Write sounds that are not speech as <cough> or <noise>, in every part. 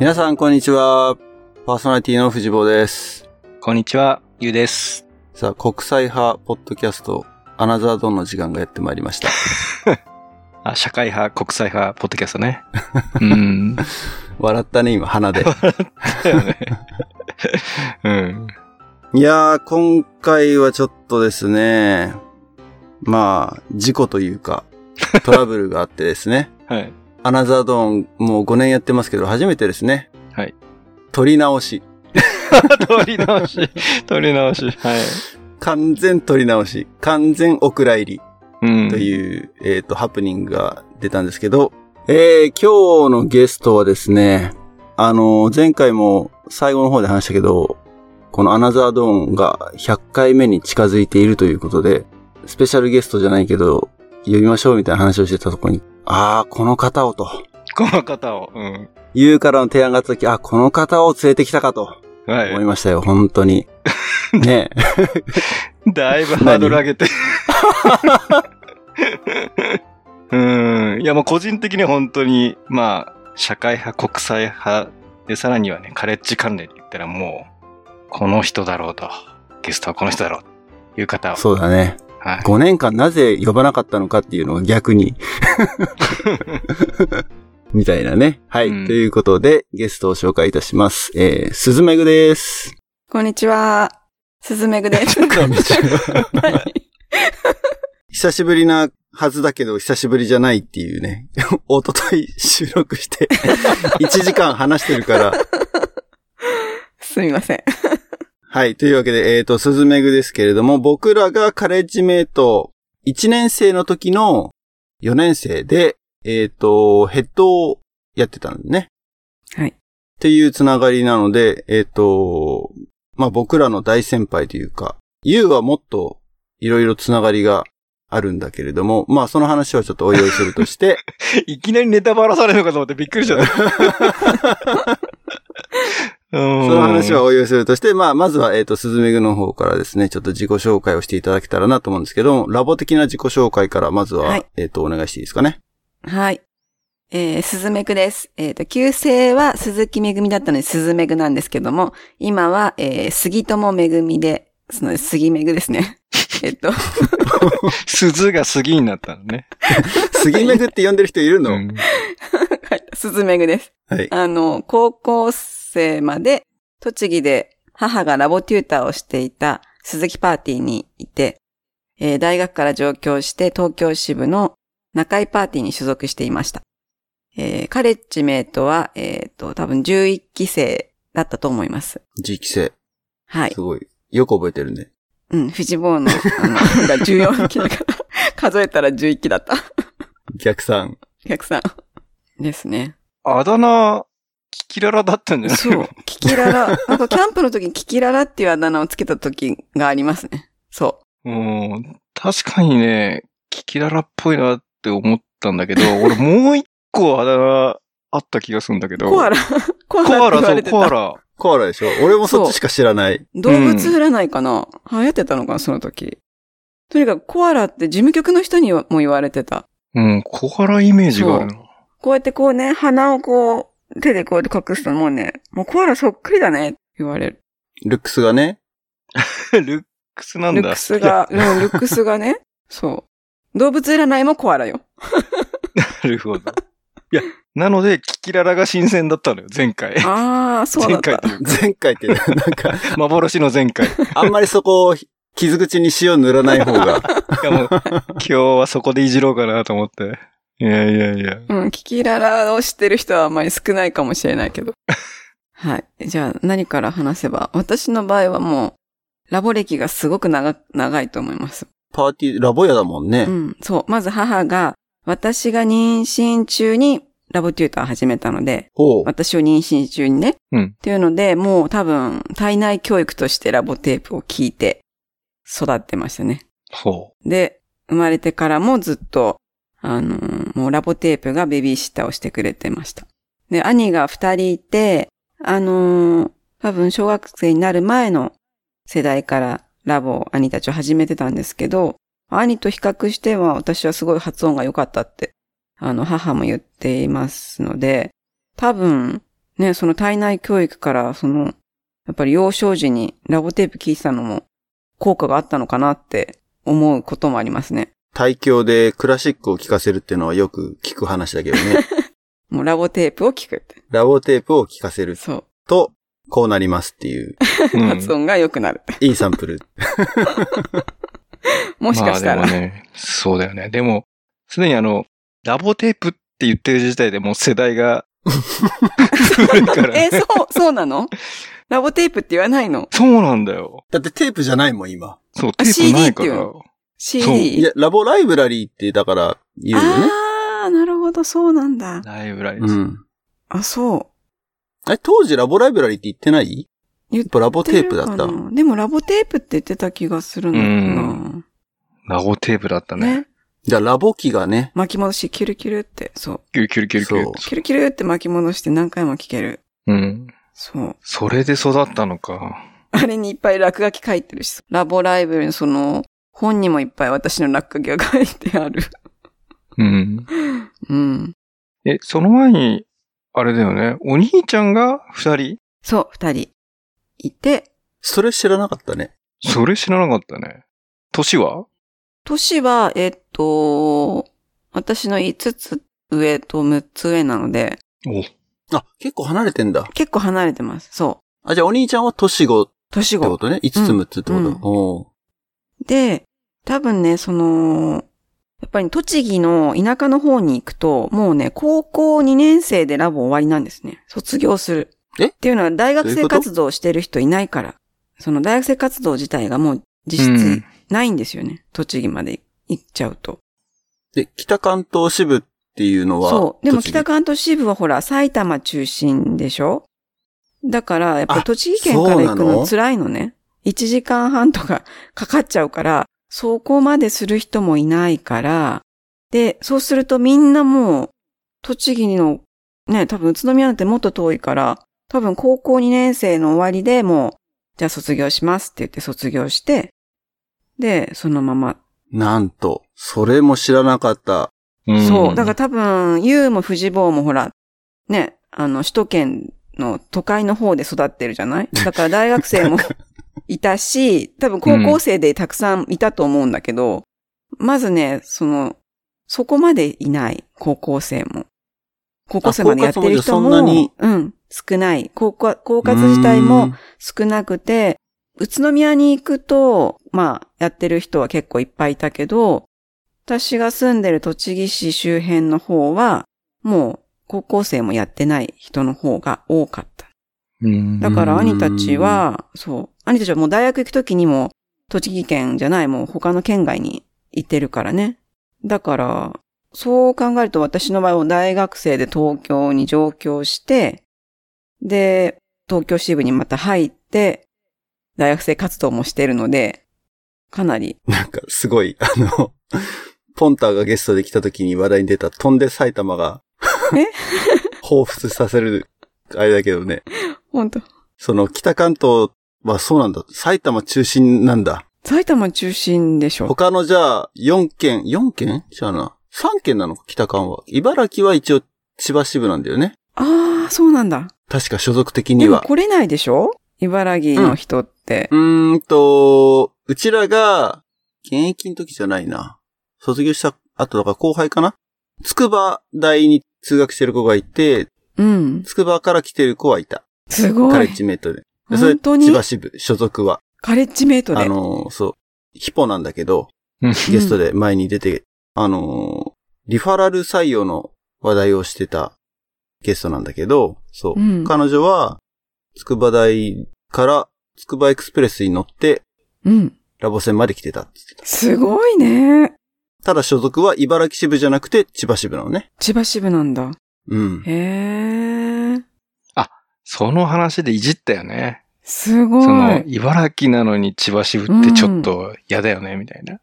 皆さん、こんにちは。パーソナリティの藤坊です。こんにちは、ゆうです。さあ、国際派ポッドキャスト、アナザードンの時間がやってまいりました。あ、社会派、国際派、ポッドキャストね。 <laughs> うん。笑ったね、今、鼻 <laughs> で。だよねうん。いやー、今回はちょっとですね、まあ、事故という <laughs> か、トラブルがあってですね。はい。 <laughs> アナザードン、もう5年やってますけど、初めてですね。はい。撮り直し。取り直し、取り直し。はい。完全撮り直し。完全お蔵入り。うん。という、えっ、と、ハプニングが出たんですけど、えー、今日のゲストはですね、あの、前回も最後の方で話したけど、このアナザードーンが100回目に近づいているということで、スペシャルゲストじゃないけど、呼びましょうみたいな話をしてたとこに、あー、この方をと、この方を。うん。言うからの提案があった時、あ、この方を連れてきたかとは思いましたよ、本当に。 <laughs> ねえい。だいぶハードル上げて。 <laughs> うん。いや、もう個人的には本当に、まあ、社会派、国際派、で、さらにはね、カレッジ関連で言ったらもう、この人だろうと、ゲストはこの人だろう、という方を。そうだね。はい。 5年間なぜ呼ばなかったのかっていうのが逆 <laughs> に。みたいなね。はい。うんということで、ゲストを紹介いたします。えー、すずめぐです。こんにちは。すずめぐです。こんにちはい久しぶりなはずだけど、久しぶりじゃないっていうね。 <laughs> おととい収録して、1時間話してるから。すみません。はい。というわけで、えっ、と、すずめぐですけれども、僕らがカレッジメイト、1年生の時の4年生で、えっ、と、ヘッドをやってたんだね。はいっていうつながりなので、えっ、と、まあ、僕らの大先輩というか、ゆうはもっといろいろつながりがあるんだけれども、まあ、その話はちょっとおいおいするとして、 <laughs> いきなりネタバラされるのかと思ってびっくりしちゃった。 <laughs> そその話はおいおいするとして、まあ、まずは、えっ、と、すずめぐの方からですね、ちょっと自己紹介をしていただけたらなと思うんですけど、ラボ的な自己紹介から、まずは、はいえっ、と、お願いしていいですかね。 <laughs> はい。えー、すずめぐです。えっ、と、旧姓は鈴木めぐみだったので、すずめぐなんですけども、今は、えー、杉友めぐみで、その、杉めぐですね。 <laughs> えっと、鈴が杉になったのね。すぎめぐって呼んでる人いるの、うんすずめぐです。はい。あの、高校生まで、栃木で母がラボテューターをしていた鈴木パーティーにいて、えー大学から上京して東京支部の中井パーティーに所属していました。えーカレッジメイトは、えっ、と、多分11期生だったと思います。時期生。はいす。ごい。よく覚えてるね。うん、フジボーの、あの、が14期だから、数えたら11期だった。逆算。お客さん。ですね。あだ名、キキララだったんじゃない <laughs> そう。キキララ。なんかキャンプの時にキキララっていうあだ名をつけた時がありますね。そうん。確かにね、キキララっぽいなって思ったんだ <laughs> けど、俺もう一個あだ名あった気がするんだけう。ど。<laughs> コアラ。ココアアララ、って言わそれう、てコアた。ラ。コアラでしょ俺もそっちしか知らない。動物占いかな、流行ってたのかな、その時。とにかくコアラって事務局の人にも言われてた。うん、コアライメージがあるな。こうやってこうね、鼻をこう、手でこうやって隠すともうね、もうコアラそっくりだね、言われる。ルックスがね。ルックスなんだ。ルックスが、うん、ルックスがね、そう。動物占いもコアラよ。なるほど。いや、なので、キキララが新鮮だったのよ、前回。ああ、そうだ前っ回と。たいうか前回って、なんか、 <laughs> 幻の前回。いあんまりそこを傷口に塩塗らない方が。<laughs> やもう、今日はそこでいじろうかなと思って。いやいやいや。うん、キキララを知ってる人はあまり少ないかもしれないけど。 <laughs> はい。じゃあ、何から話せば私の場合はもう、ラボ歴がすごく長、長いと思います。パーティー、ラボ屋だもんね。うん。そう。まず母が、私が妊娠中にラボテューターを始めたので、ほう。私を妊娠中にね。うんっていうので、もう多分、体内教育としてラボテープを聞いて育ってましたね。ほで、生まれてからもずっと、あのーもうラボテープがベビーシッターをしてくれてました。で、兄が二人いて、あのー多分小学生になる前の世代からラボを兄たちを始めてたんですけど、兄と比較しては私はすごい発音が良かったって、あの、母も言っていますので、多分、ね、その体内教育から、その、やっぱり幼少時にラボテープ聞いてたのも効果があったのかなって思うこともありますね。対響でクラシックを聴かせるっていうのはよく聞く話だけど <laughs> ね。もうラボテープを聞くって。ラボテープを聴かせるそう。と、こうなりますって <laughs> いう、うん発音が良くなる。いいサンプル。もしかしたら。まあでもね、そうだよね。でも、すでにあの、ラボテープって言ってる時代でもう世代が古いから、ね。え、そ <laughs> う、そうなのラボテープって言わないのそうなんだよ。だってテープじゃないもん、今。そう、あテープないか CD っていらう。そう ?CD? いや、ラボライブラリーって、だから、言うよね。ああ、なるほど、そうなんだ。ライブラリーうです。ん。あ、そう。え、当時ラボライブラリーって言ってない言っやっぱラボテープだった言。てるかなでもラボテープって言ってた気がするのかラボテープだったな。ね。ね。じゃあ、ラボ機がね、巻き戻し、キュルキュルって、そう。キュルキュルキュルキュルそう。キュルキュルって巻き戻して何回も聞ける。うん。そう。それで育ったのか。あれにいっぱい落書き書いてるし、ラボライブのその、本にもいっぱい私の落書きが書いてある。うん。うん。え、その前に、あれだよね。お兄ちゃんが二人そう、二人。いて、それ知らなかったね。それ知らなかったね。年は年は、えっと、私の5つ上と6つ上なので、お。あ、結構離れてんだ。結構離れてます。そあ、じゃあお兄ちゃんは年子っう。年てこ後。とね。5つうん6つってこと。うんおうで、多分ね、その、やっぱり栃木の田舎の方に行くと、もうね、高校2年生でラボ終わりなんですね。卒業する。えっていうのは大学どういう生こと活動をしてる人いないから。その大学生活動自体がもう実う質んないんですよね。栃木まで行っちゃうと。で、北関東支部っていうのは、そう。でも栃木北関東支部はほら、埼玉中心でしょだから、やっぱあ栃木県から行くそうなのの辛いのね。1時間半とかかかっちゃうから、そこまでする人もいないから、で、そうするとみんなもう、栃木の、ね、多分宇都宮なんてもっと遠いから、多分高校2年生の終わりでもう、じゃあ卒業しますって言って卒業して、で、そのままなんと、それも知らなかった。うんそう。だから多分、ユウもフジボウもほら、ね、あの、首都圏の都会の方で育ってるじ <laughs> ゃないだから大学生もいたし、多分高校生でたくさんいたと思うんだけど、まずね、その、そこまでいない、高校生も。高校生までやってる人も、あ高校生までそうん、少ない。高校、高活自体うーもん。少なくて、宇都宮に行くと、まあ、やってる人は結構いっぱいいたけど、私が住んでる栃木市周辺の方は、もう高校生もやってない人の方が多かった。うん。だかうらん兄たちは、そう、兄たちはもう大学行くときにも、栃木県じゃない、もう他の県外に行ってるからね。だから、そう考えると私の場合は大学生で東京に上京して、で、東京支部にまた入って、大学生活動もしてるので、かなり、なんか、すごい、あの、ポンターがゲストで来た時に話題に出た、飛んで埼玉が、え <laughs> 彷彿させる、あれだけどね。本当その、北関東はそうなんだ。埼玉中心なんだ。埼玉中心でしょ他のじゃあ、4県、4県違うな。3県なのか、北関は。茨城は一応、千葉支部なんだよね。ああ、そうなんだ。確か所属的にでもは。来れないでしょ茨城の人って。うーんと、うちらが、現役の時じゃないな。卒業した後だから後輩かな筑波大に通学してる子がいて、うん。筑波から来てる子はいた。すごカレいッ。ジメイトで。でそれ本当に千葉支部、所属は。カレッジメイトで。あのー、そう、ヒポなんだけど、うんゲストで前に出て、あのー、リファラル採用の話題をしてたゲストなんだけど、そう。うん彼女は、筑波大から筑波エクスプレスに乗って、うん。ラボ線まで来てたって言ってた。すごいね。ただ所属は茨城支部じゃなくて千葉支部なのね。千葉支部なんだ。うん。へえ。その話でいじったよね。すごその、い。茨城なのに千葉支部ってちょっと嫌だよね、みたいな。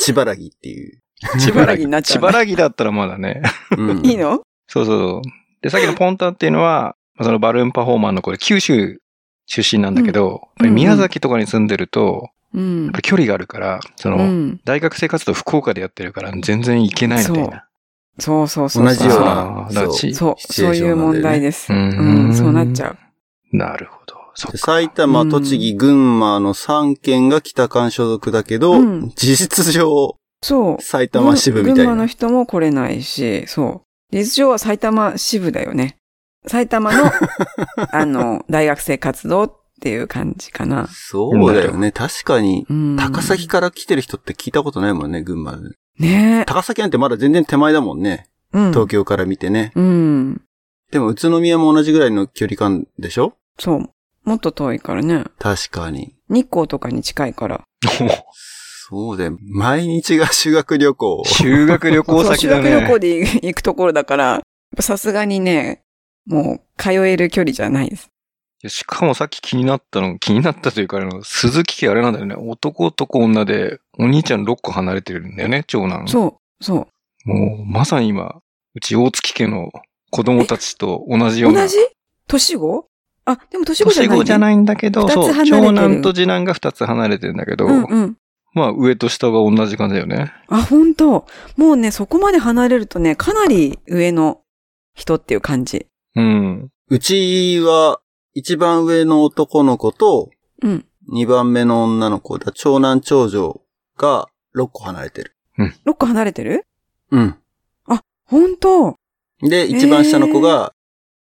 千葉らぎっていう。千葉らぎになっちゃう千葉らぎだったらまだね。うん <laughs> いいのそうそうそう。で、さっきのポンタっていうのは、まあそのバルーンパフォーマーの子で九州出身なんだけど、やっぱり宮崎とかに住んでると、うん。やっぱり距離があるから、その、うん。大学生活動福岡でやってるから全然行けないみたいそうな。そうそうそうそ同う。じようなあーだかそらうちそう、シチュエそーうシいョンなんだようね問題です。ううんん、そうなっちゃう。なるほど。そっか。埼玉、うん栃木、群馬の3県が北関所属だけど、うん実質上、そう。埼玉支部みたい群馬のな。人も来れないし、そう。事実上は埼玉支部だよね。埼玉 <laughs> の、あの、大学生活動っていう感じかな。そうだよね。確かに、うん。高崎から来てる人って聞いたことないもんね、群馬で。ね高崎なんてまだ全然手前だもんね。え。うん。東京から見てね。うん。でも、宇都宮も同じぐらいの距離感でしょそう。もっと遠いからね。確かに。日光とかに近いから。そうだよ。毎日が修学旅行 <laughs> 修学旅行そう先修だ学ね。旅行で行くところだから、やっぱさすがにね、もう通える距離じゃないです。いやしかもさっき気になったの、気になったというか、あの、鈴木家あれなんだよね。男と女で、お兄ちゃん6個離れてるんだよね、長男。そう、そう。もう、まさに今、うち大月家の子供たちと同じような。同じ年子あ、でも年子じゃ年ない、ね。子じゃないんだけど、二つそう、離れてる長男と次男が2つ離れてるんだけど、うんうん。まあ、上と下が同じ感じだよね。あ、本当もうね、そこまで離れるとね、かなり上の人っていう感じ。うん。うちは、一番上の男の子と、うん。二番目の女の子だ、長男長女が6個離れてる。 6個離れてるうん。本当あで、一番下の子が、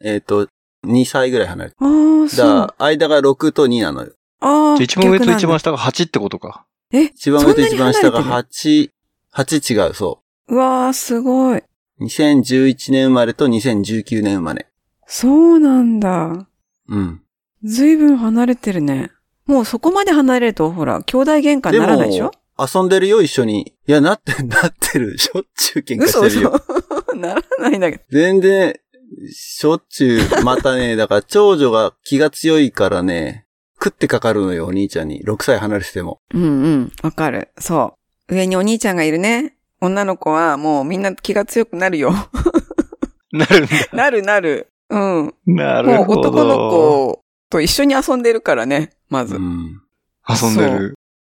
えっ、と、2歳ぐらい離れてあー、る。そだう。から、あ間が6と2なのよ。あー。じゃあ一番上と逆なんだ一番下が8ってことか。 <laughs> え、一番上とそんな一に番離れ下てるが8、8違う、そうわー、すごい。う。2011年生まれと2019年生まれ。そうなんだ。うん。ずいぶん離れてるね。もうそこまで離れると、ほら、兄弟喧嘩にならないでしょ遊んでるよ、一緒に。いや、なって、なってる。しょっちゅう喧嘩嘘してる嘘 <laughs> よ。。ならないんだけど。全然、しょっちゅう、またね、だから長女が気が強いからね、食ってかかるのよ、お兄ちゃんに。6歳離れてても。うんうん。わかる。そう。上にお兄ちゃんがいるね。女の子はもうみんな気が強くなるよ。なるんだ。なるなる。うん。なもるうほど。男の子と一緒に遊んでるからね、まうず。ん。遊んでる。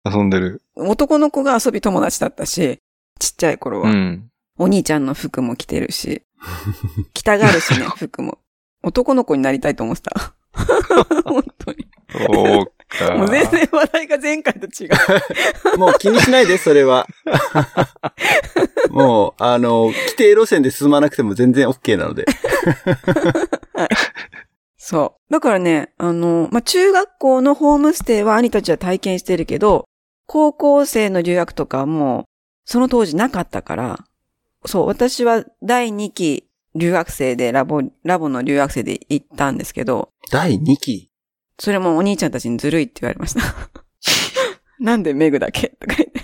遊んでる。男の子が遊び友達だったし、ちっちゃい頃うは。ん。お兄ちゃんの服も着てるし。 <laughs> 着たがるしね、服も。男の子になりたいと思ってた。本当に。そうか。 <laughs> もう全然話題が前回と違 <laughs> う。もう気にしないで、それは。 <laughs> もう、あの、規定路線で進まなくても全然 OK なので。そう。だからね、あの、まあ、中学校のホームステイは兄たちは体験してるけど、高校生の留学とかはもう、その当時なかったから、そう、私は第2期留学生で、ラボ、ラボの留学生で行ったんですけど、第2期。それもお兄ちゃんたちにずるいって言われ <laughs> ました。なんでメグだけとか言って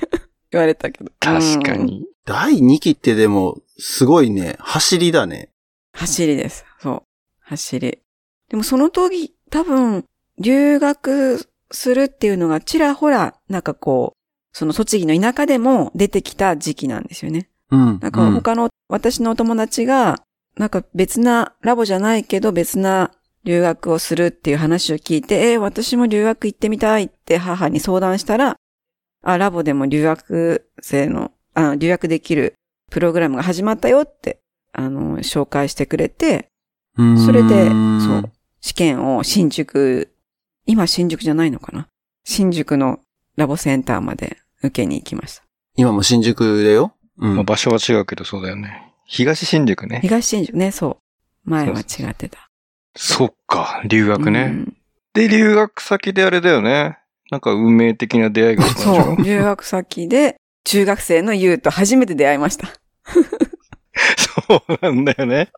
言われたけど。確かうん。に。第2期ってでも、すごいね、走りだね。走りです。そう。走り。でもその時、多分、留学するっていうのがちらほら、なんかこう、その栃木の田舎でも出てきた時期なんですよね。うん。なんか他の、私のお友達が、なんか別な、ラボじゃないけど別な留学をするっていう話を聞いて、えー私も留学行ってみたいって母に相談したら、あ、ラボでも留学生の、あ留学できるプログラムが始まったよって、あの、紹介してくれて、うんそれでうーんそう試験を新宿、今新宿じゃないのかな新宿のラボセンターまで受けに行きました。今も新宿だよ。うまあん。場所は違うけどそうだよね。東新宿ね。東新宿ね、そう。前は違ってた。そっか、留学ね。うんで、留学先であれだよね。なんか運命的な出会いがあったんでしそょ <laughs> う。留学先で、中学生のユウと初めて出会いました。そうなんだよね。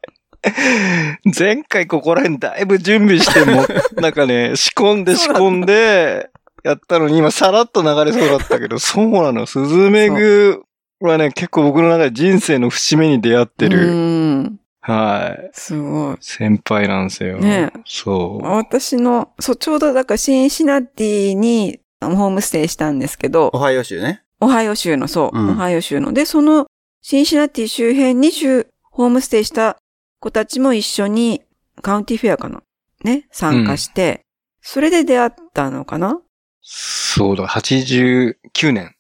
前回ここら辺だいぶ準備して <laughs> も、なんかね、仕込んで仕込んで、やったのに今さらっと流れそうだったけど、そうなの。スズメグはね、結構僕の中で人生の節目に出会ってうる、ーん。はい、すごい。先輩なんですよ。ねそう。私の、そう、ちょうどだからシンシナティにあのホームステイしたんですけオど、ハイオ州ね。オハイオ州の、そう、うんオハイオ州の。で、そのシンシナティ周辺20ホームステイした子たちも一緒にカウンティフェアかなね、参加して、それで出会ったのかなそうだ、89年。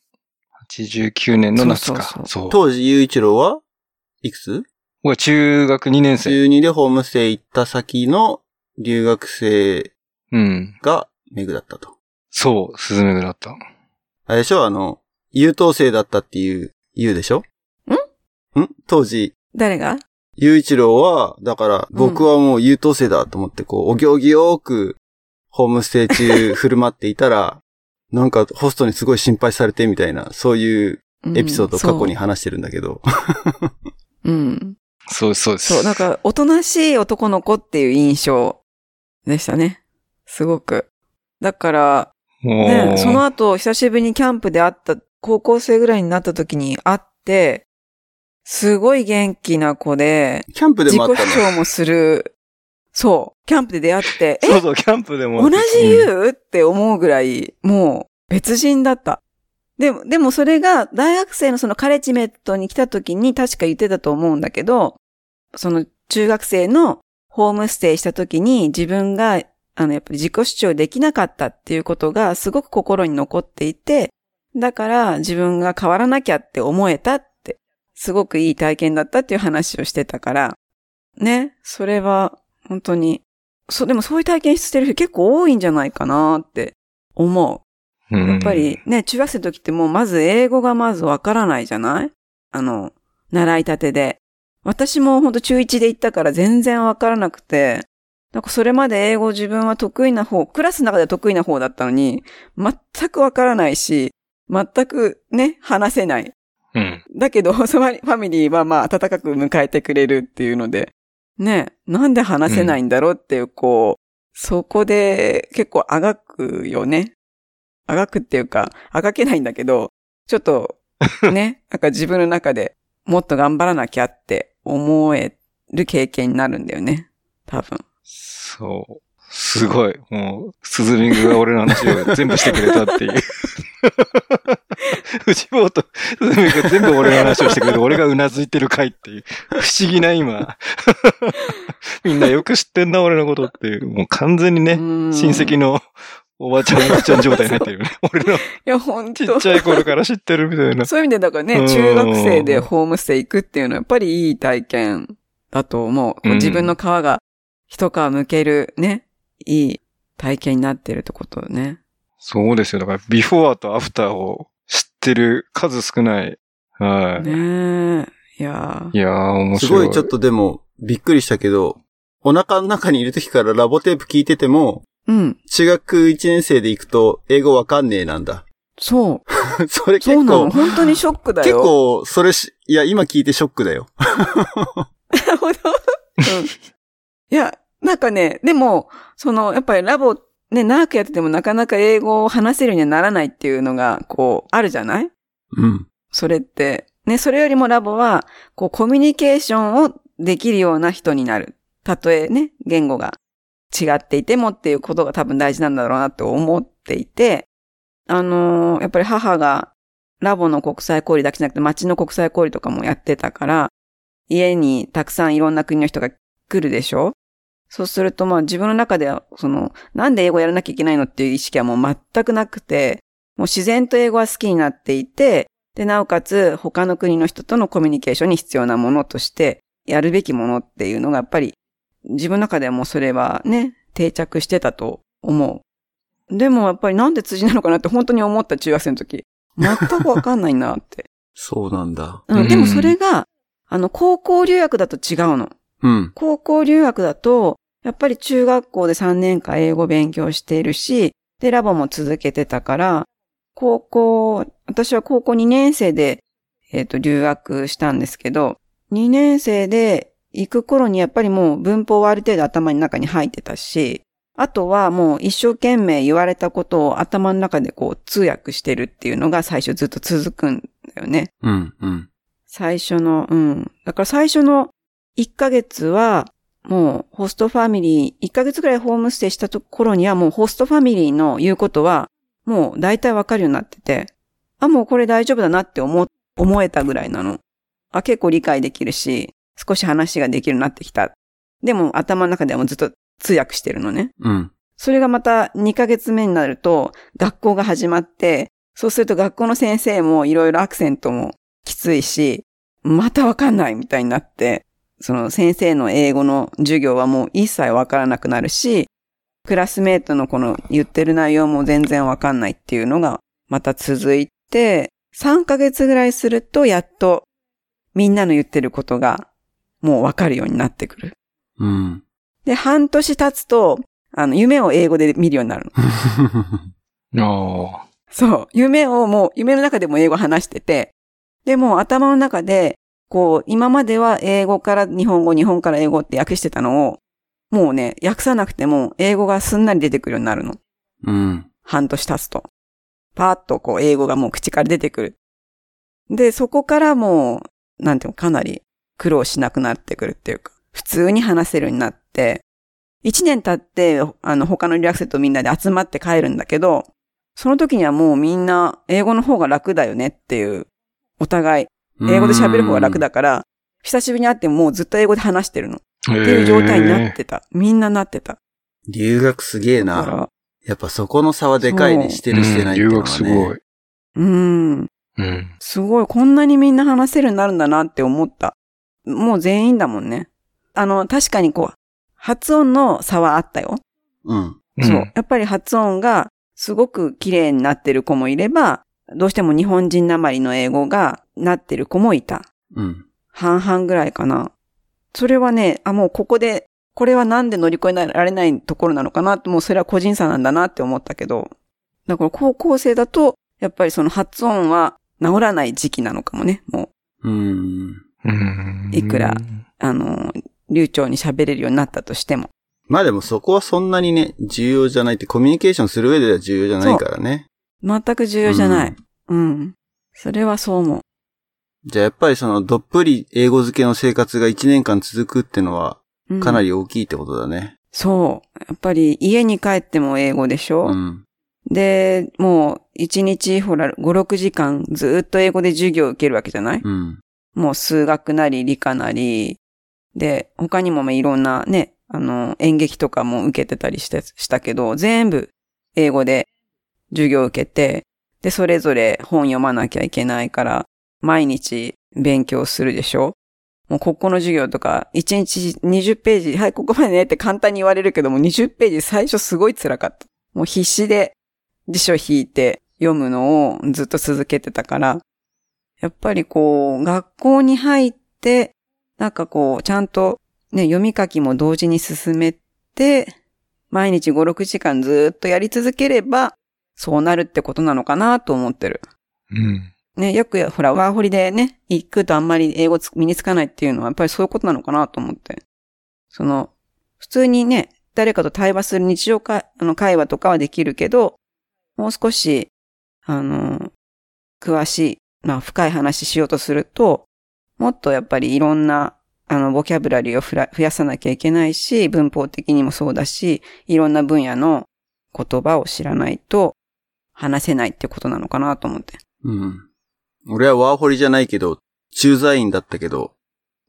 89年の夏か。そうそうそう当時、雄一郎はいくつ僕は中学2年生。中2でホームステイ行った先の留学生うん。がメグだったと。そう、スズメグだった。あれでしょあの、優等生だったっていう、言うでしょんん当時、誰が雄一郎は、だから、うん僕はもう優等生だと思って、こう、お行儀よく、ホームステイ中振る舞っていたら、 <laughs> なんか、ホストにすごい心配されてみたいな、そういうエピソードを過去にうん。話してるんだけど。そううん。そうです、そうです。そう、なんか、おとなしい男の子っていう印象でしたね。すごく。だから、もう、ね、その後、久しぶりにキャンプで会った、高校生ぐらいになった時に会って、すごい元気な子で、キャンプで自もあっ己たの主張もする、そう、キャンプで出会って、そうえ、そう、キャンプでも。同じ言うって思うぐらい、もう別人だった。でも、でもそれが大学生のそのカレッジメットに来た時に確か言ってたと思うんだけど、その中学生のホームステイした時に自分が、あの、やっぱり自己主張できなかったっていうことがすごく心に残っていて、だから自分が変わらなきゃって思えたって、すごくいい体験だったっていう話をしてたから、ね、それは本当にそう、でもそういう体験してる人結構多いんじゃないかなって思うう。んやっぱり。ね、中学生の時ってもうまず英語がまずわからないじゃないあの、習いたてで。私もほんと中1で行ったから全然わからなくて、なんかそれまで英語自分は得意な方、クラスの中では得意な方だったのに、全くわからないし、全くね、話せない。うん。だけど、 <laughs> そのファミリーはまあ温かく迎えてくれるっていうので、ね、なんで話せないんだろうっていう、こう、そこで結構あがくよね。あがくっていうか、あがけないんだけど、ちょ <laughs> っと、ね、なんか自分の中でもっと頑張らなきゃって思える経験になるんだよね。多分。そう。すごい。もう、スズミグが俺の話を全部してくれたっ <laughs> ていう。藤坊とスズミグが全部俺の話をしてくれて、俺がうなずいてる回っていう。不思議な <laughs> 今。みんなよく知ってんな、俺のことっていう。もう完全にね、親親戚いのおばちゃん、おばちゃん状態になって <laughs> るよね。俺のや、本ち当っちゃい頃から知ってるみたい <laughs> な。そういう意味で、だからうんね、中学生でホームステイ行くっていうのはやっぱりいい体験だと思う。こううん自分の皮が一皮むけるね、いい体験になってるってことね。そうですよ。だから、ビフォーとアフターを知ってる数少ない。はい。ねえ。いやいやー、面す白ごい。いちょっとでも、びっくりしたけど、お腹の中にいる時からラボテープ聞いてても、ーうん。中学1年生で行くと、英語わかんねえなんだ。 <laughs> そう。それそ結うなの。構、本当にショックだ結よ。構、それし、いや、今聞いてショックだよ。なるほど。うん。いや、なんかね、でも、その、やっぱりラボ、ね、長くやっててもなかなか英語を話せるようにはならないっていうのが、こう、あるじゃないうん。それって。ね、それよりもラボは、こう、コミュニケーションをできるような人になる。たとえね、言語が違っていてもっていうことが多分大事なんだろうなって思っていて、あのーやっぱり母がラボの国際交流だけじゃなくて街の国際交流とかもやってたから、家にたくさんいろんな国の人が来るでしょそうするとまあ自分の中では、その、なんで英語やらなきゃいけないのっていう意識はもう全くなくて、もう自然と英語は好きになっていて、で、なおかつ、他の国の人とのコミュニケーションに必要なものとして、やるべきものっていうのが、やっぱり、自分の中ではもうそれはね、定着してたと思う。でも、やっぱりなんで辻なのかなって本当に思った中学生の時。全くわかんないなって。そうなんだ。う、うんんでもそれが、あの、高校留学だと違うの。うん。高校留学だと、やっぱり中学校で3年間英語勉強しているし、で、ラボも続けてたから、高校、私は高校2年生で、えっ、と、留学したんですけど、2年生で行く頃にやっぱりもう文法はある程度頭の中に入ってたし、あとはもう一生懸命言われたことを頭の中でこう通訳してるっていうのが最初ずっと続くんだよね。うん。うん。最初の、うん。だから最初の1ヶ月は、もうホストファミリー、1ヶ月ぐらいホームステイしたところにはもうホストファミリーの言うことは、もう大体わかるようになってて、あ、もうこれ大丈夫だなって思、思えたぐらいなの。あ、結構理解できるし、少し話ができるようになってきた。でも頭の中ではもうずっと通訳してるのね。うん。それがまた2ヶ月目になると学校が始まって、そうすると学校の先生もいろいろアクセントもきついし、またわかんないみたいになって、その先生の英語の授業はもう一切わからなくなるし、クラスメートのこの言ってる内容も全然わかんないっていうのがまた続いて、3ヶ月ぐらいするとやっとみんなの言ってることがもうわかるようになってくる。うん。 <laughs> で、半年経つと、あの、夢を英語で見るようになるの。ああ。そう。夢をもう、夢の中でも英語話してて、でもう頭の中で、こう、今までは英語から日本語、日本から英語って訳してたのを、もうね、訳さなくても英語がすんなり出てくるようになるの。うん。半年経つと。パーッとこう、英語がもう口から出てくる。で、そこからもう、なんていうの、かなり苦労しなくなってくるっていうか、普通に話せるようになって、一年経って、あの、他のリラクセットみんなで集まって帰るんだけど、その時にはもうみんな、英語の方が楽だよねっていう、お互い、英語で喋る方が楽だから、久しぶりに会ってももうずっと英語で話してるの。ってっていう状態になってた。みんななってた。留学すげえだな。かやっぱそこの差はでかいね。そうしてるしてないっていう留のは学ね。すごい。ら、うん。うん。すごい、こんなにみんな話せるようになるんだなって思った。もう全員だもんね。あの、確かにこう、発音の差はあったよ。うん。そう。ん。やっぱり発音がすごく綺麗になってる子もいれば、どうしても日本人なまりの英語がなってる子もいた。うん。半々ぐらいかな。それはね、あ、もうここで、これはなんで乗り越えられないところなのかなって、もうそれは個人差なんだなって思ったけど、だから高校生だと、やっぱりその発音は治らない時期なのかもね、もう。うん。うんいくらあの、流暢に喋れるようになったとしても。まあでもそこはそんなにね、重要じゃないって、コミュニケーションする上では重要じゃないからね。全く重要じゃない。うん。それはそう思う。じゃあやっぱりその、どっぷり英語漬けの生活が1年間続くってのは、うんかなり大きいってことだね。そう。やっぱり家に帰っても英語でしょ、うん。で、もう一日ほら5、6時間ずっと英語で授業を受けるわけじゃない、うん。もう数学なり理科なり、で、他にもまあいろんなね、あの、演劇とかも受けてたりして、したけど、全部英語で授業を受けて、で、それぞれ本読まなきゃいけないから、毎日勉強するでしょもうここの授業とか、1日20ページ、はい、ここまでねって簡単に言われるけども、20ページ最初すごい辛かった。もう必死で辞書引いて読むのをずっと続けてたから、やっぱりこう、学校に入って、なんかこう、ちゃんとね、読み書きも同時に進めて、毎日5、6時間ずーっとやり続ければ、そうなるってことなのかなと思ってる。うん。ね、よくや、ほら、ワーホリでね、行くとあんまり英語つ身につかないっていうのは、やっぱりそういうことなのかなと思って。その、普通にね、誰かと対話する日常か、あの、会話とかはできるけど、もう少し、あの、詳しい、まあ、深い話しようとすると、もっとやっぱりいろんな、あの、ボキャブラリーをふら増やさなきゃいけないし、文法的にもそうだし、いろんな分野の言葉を知らないと、話せないってことなのかなと思って。うん。俺はワーホリじゃないけど、駐在員だったけど、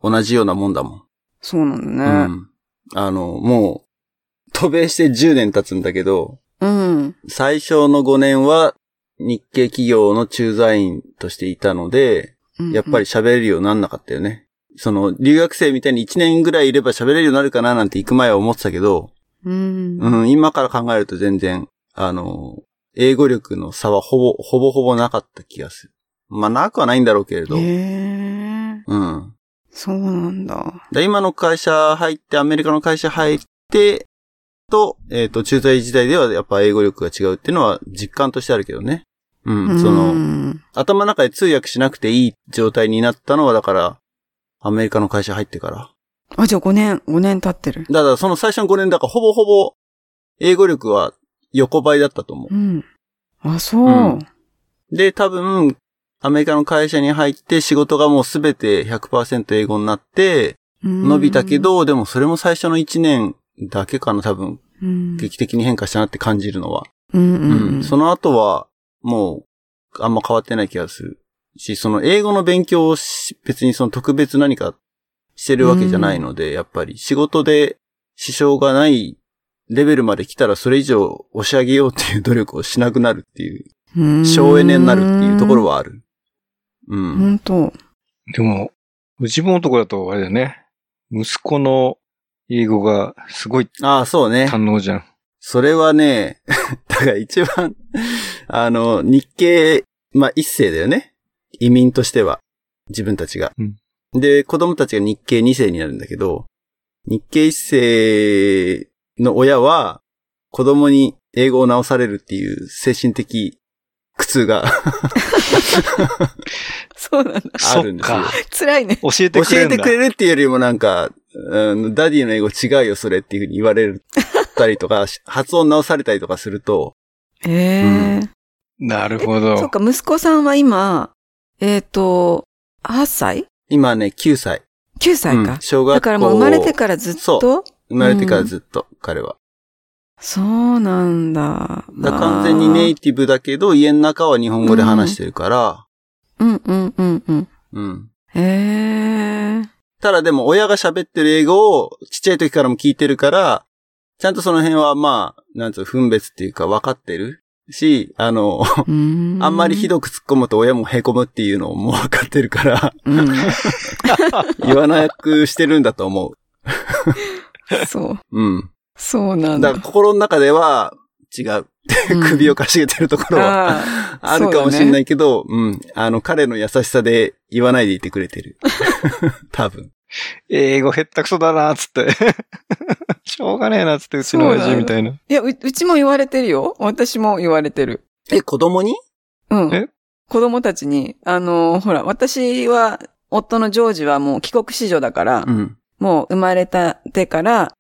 同じようなもんだもん。そうなんうだね。ん。あの、もう、渡米して10年経つんだけど、うん。最初の5年は日系企業の駐在員としていたので、うんやっぱり。喋れるようになんなかったよね。その、留学生みたいに1年ぐらいいれば喋れるようになるかななんて行く前は思ってたけど、うん。うん、今から考えると全然、あの、英語力の差はほぼ、ほぼほぼなかった気がする。まあ、なくはないんだろうけれど。へえ。うん。そうなんだ。で、今の会社入って、アメリカの会社入って、と、えっ、と、駐在時代ではやっぱ英語力が違うっていうのは実感としてあるけどね。うん、その、うん頭の中で通訳しなくていい状態になったのは、だから、アメリカの会社入ってから。あ、じゃあ5年、5年経ってる。だから、その最初の5年だから、ほぼほぼ、英語力は横ばいだったと思うん。あ、そう。うんう。で、多分、アメリカの会社に入って仕事がもうすべて100%英語になって、伸伸びたけ、ど、でもそれも最初の1年だけかな、多分、うん。劇的に変化したなって感じるのは。うんううんうんん。その後は、もう、あんま変わってない気がするし、その英語の勉強をし、別にその特別何かしてるわけじゃないので、やっぱり仕事で支障がないレベルまで来たらそれ以上押し上げようっていう努力をしなくなるっていう、うん省エネになるっていうところはある。うん。本当。でも、うちものとこだと、あれだよね。息子の英語がすごいああ、そうね堪。能じゃん。それはね、 <laughs> だから一番、 <laughs> あの、日系、まあ一世だよね。移民としては。自分たちが。うんで、子供たちが日系二世になるんだけど、日系一世の親は、子供に英語を直されるっていう精神的苦痛がそうなんだ。 <laughs> あるんですよそっか。辛いね。教えて教くれるえんだ。てくれるっていうよりもなんか、うん、ダディの英語違うよ、それっていうふうに言われたりとか、し発音直されたりとかすると、ええなるほそっど。か、息子さんは今、えっ、と、8歳今ね、9歳。 ?9 歳うんか。小学校。だからもう生まれてからずっとそそう生まれてからずっと、彼は。なんだ。だから完全にネイティブだけど、家の中は日本語で話してるから、うんうんうんうん。うん。ええただでも親が喋ってる英語をちっちゃい時からも聞いてるから、ちゃんとその辺はまあ、なんつうの、分別っていうか分かってるし、あの、うーん。あんまりひどく突っ込むと親も凹むっていうのも分かってるから、うん。言わなくしてるんだと思そう。う。うん。そうなんだ。だから心の中では違う。首をかしげてるところは、ああるかもしれないけど、うん。あの、彼の優しさで言わないでいてくれて <laughs> る。多分。英語下手くそだな、つって。 <laughs> しょうがねえな、つって、うちの親そうだ父よみたいな。いやう、うちも言われてるよ。私も言われてる。え、子供にうん。え子供たちに、あのーほら、私は、夫のジョージはもう帰国子女だから、うん。もう生まれたてから、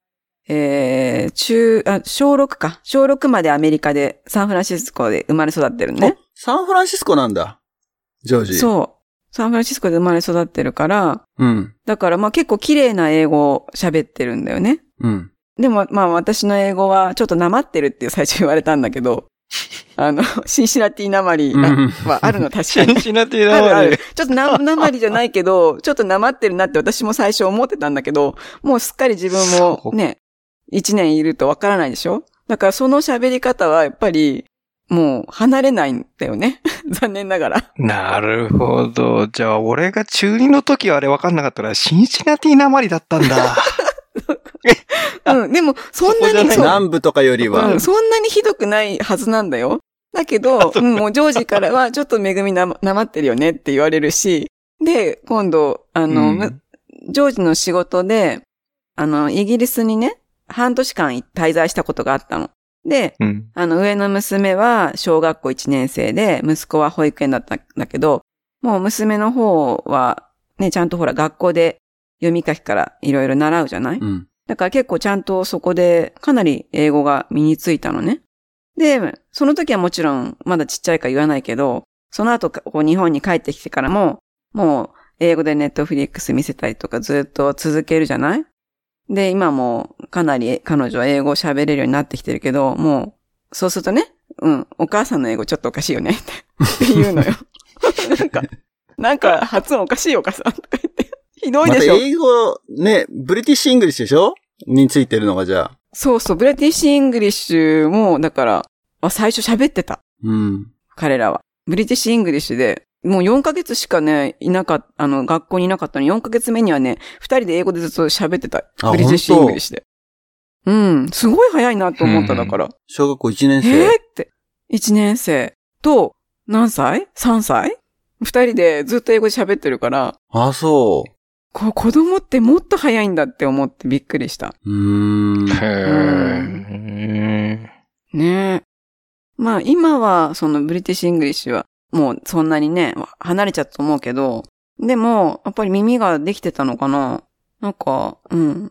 えー、中、あ、小6か。小6までアメリカで、サンフランシスコで生まれ育ってるのね。サンフランシスコなんだ。ジョージ。う。そう。サンフランシスコで生まれ育ってるから、うん。だからまあ結構綺麗な英語を喋ってるんだよね。うん。でもまあ私の英語はちょっとなまってるっていう最初言われたんだ <laughs> けど、あの、シンシナティなまりうんはあるの確シかに <laughs> ン。シナティあるなあまる <laughs> で。。ちょっとな、なまりじゃないけど、ちょっとなまってるなって私も最初思ってたんだけど、もうすっかり自分そもうね、一年いるとわからないでしょだからその喋り方はやっぱり、もう離れないんだよね。 <laughs> 残念ながら。なるほど。じゃあ、俺が中2の時はあれ分かんなかったら、シンシナティなまりだったん <laughs> だ。うん。でも、そんなそこじゃにないそう南部とかよりうはん、。そんなにひどくないはずなんだよ。だけど、うん、もうジョージからは、ちょっとめぐみなまなまってるよねって言われるし、で、今度、あの、うんむジョージの仕事で、あの、イギリスにね、半年間滞在したことがあったの。で、うん。あの、上の娘は小学校1年生で、息子は保育園だったんだけど、もう娘の方は、ね、ちゃんとほら、学校で読み書きからいろいろ習うじゃない、うん。だから結構ちゃんとそこでかなり英語が身についたのね。で、その時はもちろんまだちっちゃいから言わないけど、その後こう日本に帰ってきてからも、もう英語でネットフリックス見せたりとかずっと続けるじゃないで、今もかなり彼女は英語を喋れるようになってきてるけど、もう、そうするとね、うん、お母さんの英語ちょっとおかしいよねってって言うのよ。なんか、なんか発音おかしいよお母さんとか言って。ひどいまでたしょ、英語、ね、ブリティッシュ・イングリッシュでしょについてるのがじゃあ。そうそう、ブリティッシュ・イングリッシュも、だから、あ最初喋ってた、うん。彼らは。ブリティッシュ・イングリッシュで、もう4ヶ月しかね、いなかった、あの、学校にいなかったのに、4ヶ月目にはね、2人で英語でずっと喋ってた。あブリティッシュ・イン本当グリッシュで。うん、すごい早いなと思った、うんだから。小学校1年えー生。って。1年生と、何歳 ?3 歳 ?2 人でずっと英語で喋ってるから、あ、そこ子供ってもっと早いんだって思ってびっくりした。う。うーん。へえ。ねえ。まあ今はそのブリティッシュ・イングリッシュはもうそんなにね、離れちゃったと思うけど、でもやっぱり耳ができてたのかななんか、うん。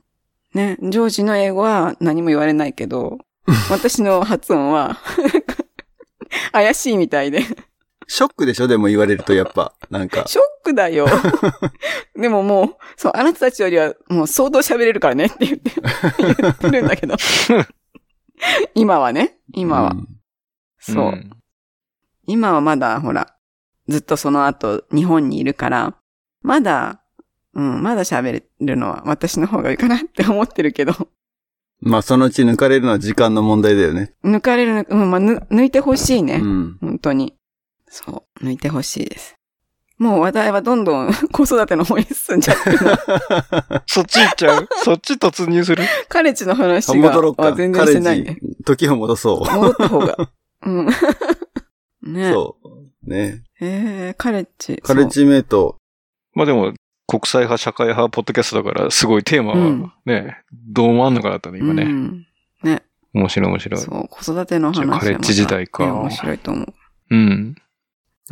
ね、ジョージの英語は何も言われない <laughs> けど、私の発音は、 <laughs> なんか怪しいみたいで。 <laughs> ショックでしょでも言われるとやっぱ、なんか。ショックだ <laughs> よ。でももう、そう、あなたたちよりはもう相当喋れるからねって言って、言ってるんだけど。今はね、 <laughs> 今は。うんそう。ん今はまだ、ほら、ずっとその後、日本にいるから、まだ、うん、まだ喋れるのは私の方がいいかなって思ってるけど、まあ、そのうち抜かれるのは時間の問題だよね。抜かれる、うん、まあ、ぬ抜いてほしいうね。ん。本当に。そう、抜いてほしいです。もう話題はどんどん <laughs> 子育ての方に進んじゃってるな、そっち行っちゃ <laughs> うそっち突入するカレッジの話が戻ろうか。あ全然してないね。彼氏時を戻そ戻った方が。うん。 <laughs> う。ねそう。ね。えー、カレッジ。カレッジメイト、まあでも、国際派、社会派、ポッドキャストだから、すごいテーマうんはね、どうもあんのかなったね、そう今うね。ん面白い面白い。そう、子育ての話じはゃあまたカレッジ時代かね面白いと思う。うん。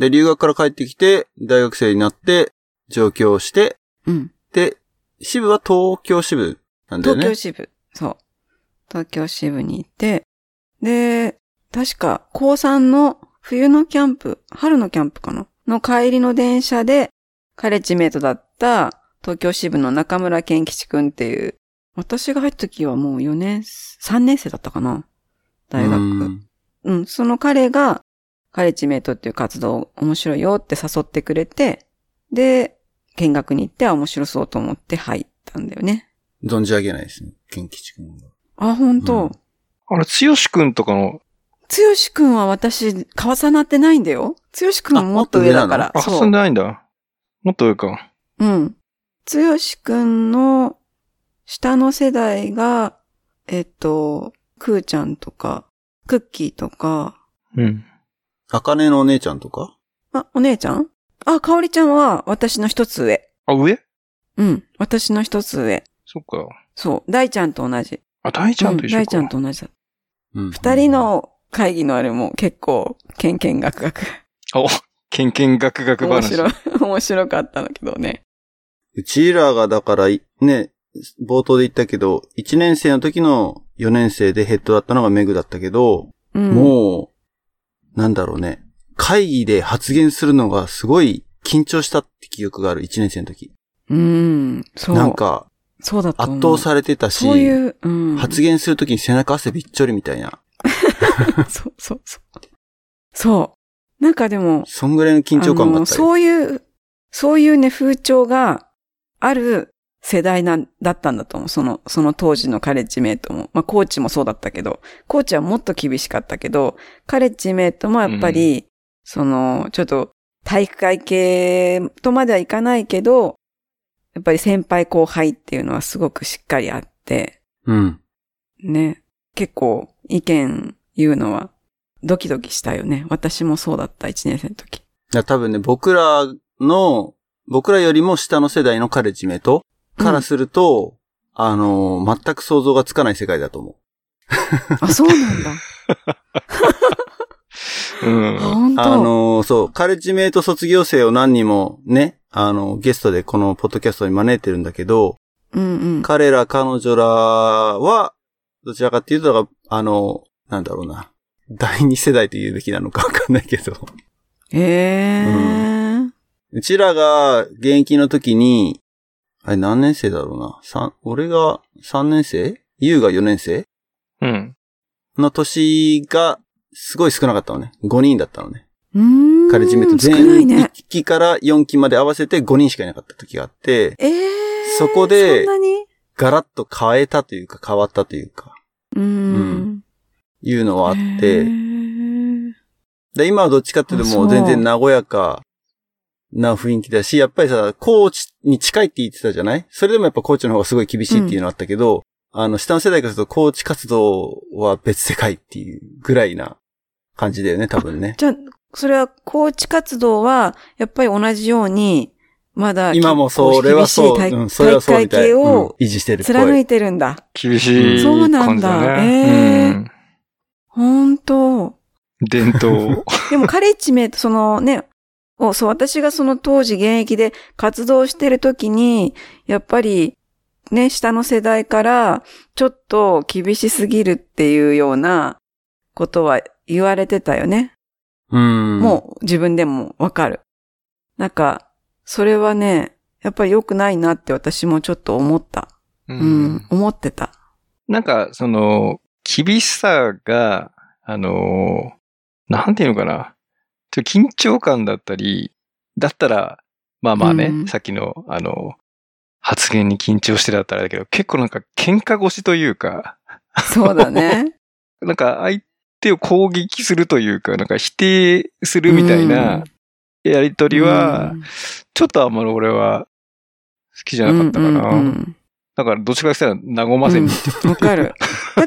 で、留学から帰ってきて、大学生になって、上京して、うん。で、支部は東京支部なんだよ東ね。京支部。そう。東京支部に行って、で、確か、高3の冬のキャンプ、春のキャンプかなの帰りの電車で、カレッジメイトだった東京支部の中村健吉くんっていう、私が入った時はもう4年、3年生だったかな大学。うんうん、その彼が、カレッジメイトっていう活動面白いよって誘ってくれて、で、見学に行ってあ面白そうと思って入ったんだよね。存じ上げないですね。健吉君が。あ、本うん当あれ、つよしくんとかの、つよしくんは私、かわさなってないんだよ。つよしくんはもっと上だから。あ、そう進んでないんだ。もっと上か。うん。つよしくんの下の世代が、えっと、くーちゃんとか、クッキーとか、うん。あかねのお姉ちゃんとかあ、お姉ちゃんあ、かおりちゃんは私の一つ上。あ、上うん。私の一つ上。そっか。そう。大ちゃんと同じ。あ、大ちゃんと一緒か。うん大ちゃんと同じだ。うん二人。の会議のあれも結構、けんけんがくがく。あ。お、けんけんがくがく面話。白い、面白かったんだけどね。うちらがだから、いね、冒頭で言ったけど、1年生の時の4年生でヘッドだったのがメグだったけど、うん。もう、なんだろうね。会議で発言するのがすごい緊張したって記憶がある、1年生の時。うん。そう。なんか、そうだと思圧う。倒されてたし、そういう、うん。発言するときに背中汗びっちょりみたいな。 <laughs> そうそうそう。そう。なんかでも、そんぐらいの緊張感があのったよ。そういう、そういうね、風潮がある世代なん、だったんだと思う。その、その当時のカレッジメイトも。まあ、コーチもそうだったけど、コーチはもっと厳しかったけど、カレッジメイトもやっぱり、その、ちょっと、体育会系とまではいかないけど、やっぱり先輩後輩っていうのはすごくしっかりあって、うん。ね。結構、意見言うのは、ドキドキしたよね。私もそうだった、1年生 <laughs> の時。だから多分ね、僕らの、僕らよりも下の世代のカレッジメイトからすると、あのー全く想像がつかない世界だと思あ、そうなんだ。うんあ、。本う。当。あのーそう、カレッジメイト卒業生を何人もね、あのーゲストでこのポッドキャストに招いてるんだけど、うんうん。彼ら彼女らは、どちらかっていうと、だからあのーなんだろうな。第二世代と言うべきなのかわかんないけど。ええー。うちらが現役の時に、あれ何年生だろうな。三、俺が3年生優が4年生うん。の年がすごい少なかったのね。5人だったのね。うーん。カレッジメイト少ない全ね1。期から4期まで合わせて5人しかいなかった時があって、ええー。そこでそんなにガラッと変えたというか変わったというか、うーんん。いうのはあっえて、ーで、今はどっちかっていうともうあそ全う然和やかな雰囲気だし、やっぱりさ、コーチに近いって言ってたじゃないそれでもやっぱコーチの方がすごい厳しいっていうのあったけど、あの、下の世代からするとコーチ活動は別世界っていうぐらいな感じだよね、多分ね。じゃあ、それは、コーチ活動は、やっぱり同じように、まだ、今もそれはそう、結構厳しい体,、うん、それはそうみたい。体育会系うんを維持してるっぽい。貫いてるんだ。厳しいそうなん感じだだえね。ーうん本当。伝統を。でもカレッジメイト、そのね、おそう、私がその当時現役で活動してる時に、やっぱり、ね、下の世代から、ちょっと厳しすぎるっていうようなことは言われてたよね。うん。もう自分でもわかる。なんか、それはね、やっぱり良くないなって私もちょっと思った。う <laughs> うん、思ってた。なんか、その、厳しさが、あのーなんていうのかな。ちょっと緊張感だったり、だったら、まあまあね、うんさっきの、あの、発言に緊張してだったらあれだけど、結構なんか喧嘩越しというか、そうだね。 <laughs> なんか相手を攻撃するというか、なんか否定するみたいな、うんやりとりはう、んちょっとあんまり俺は好きじゃなかったかな。うんうんうんだから、どっちかしたら和ませに行ってわかる。だ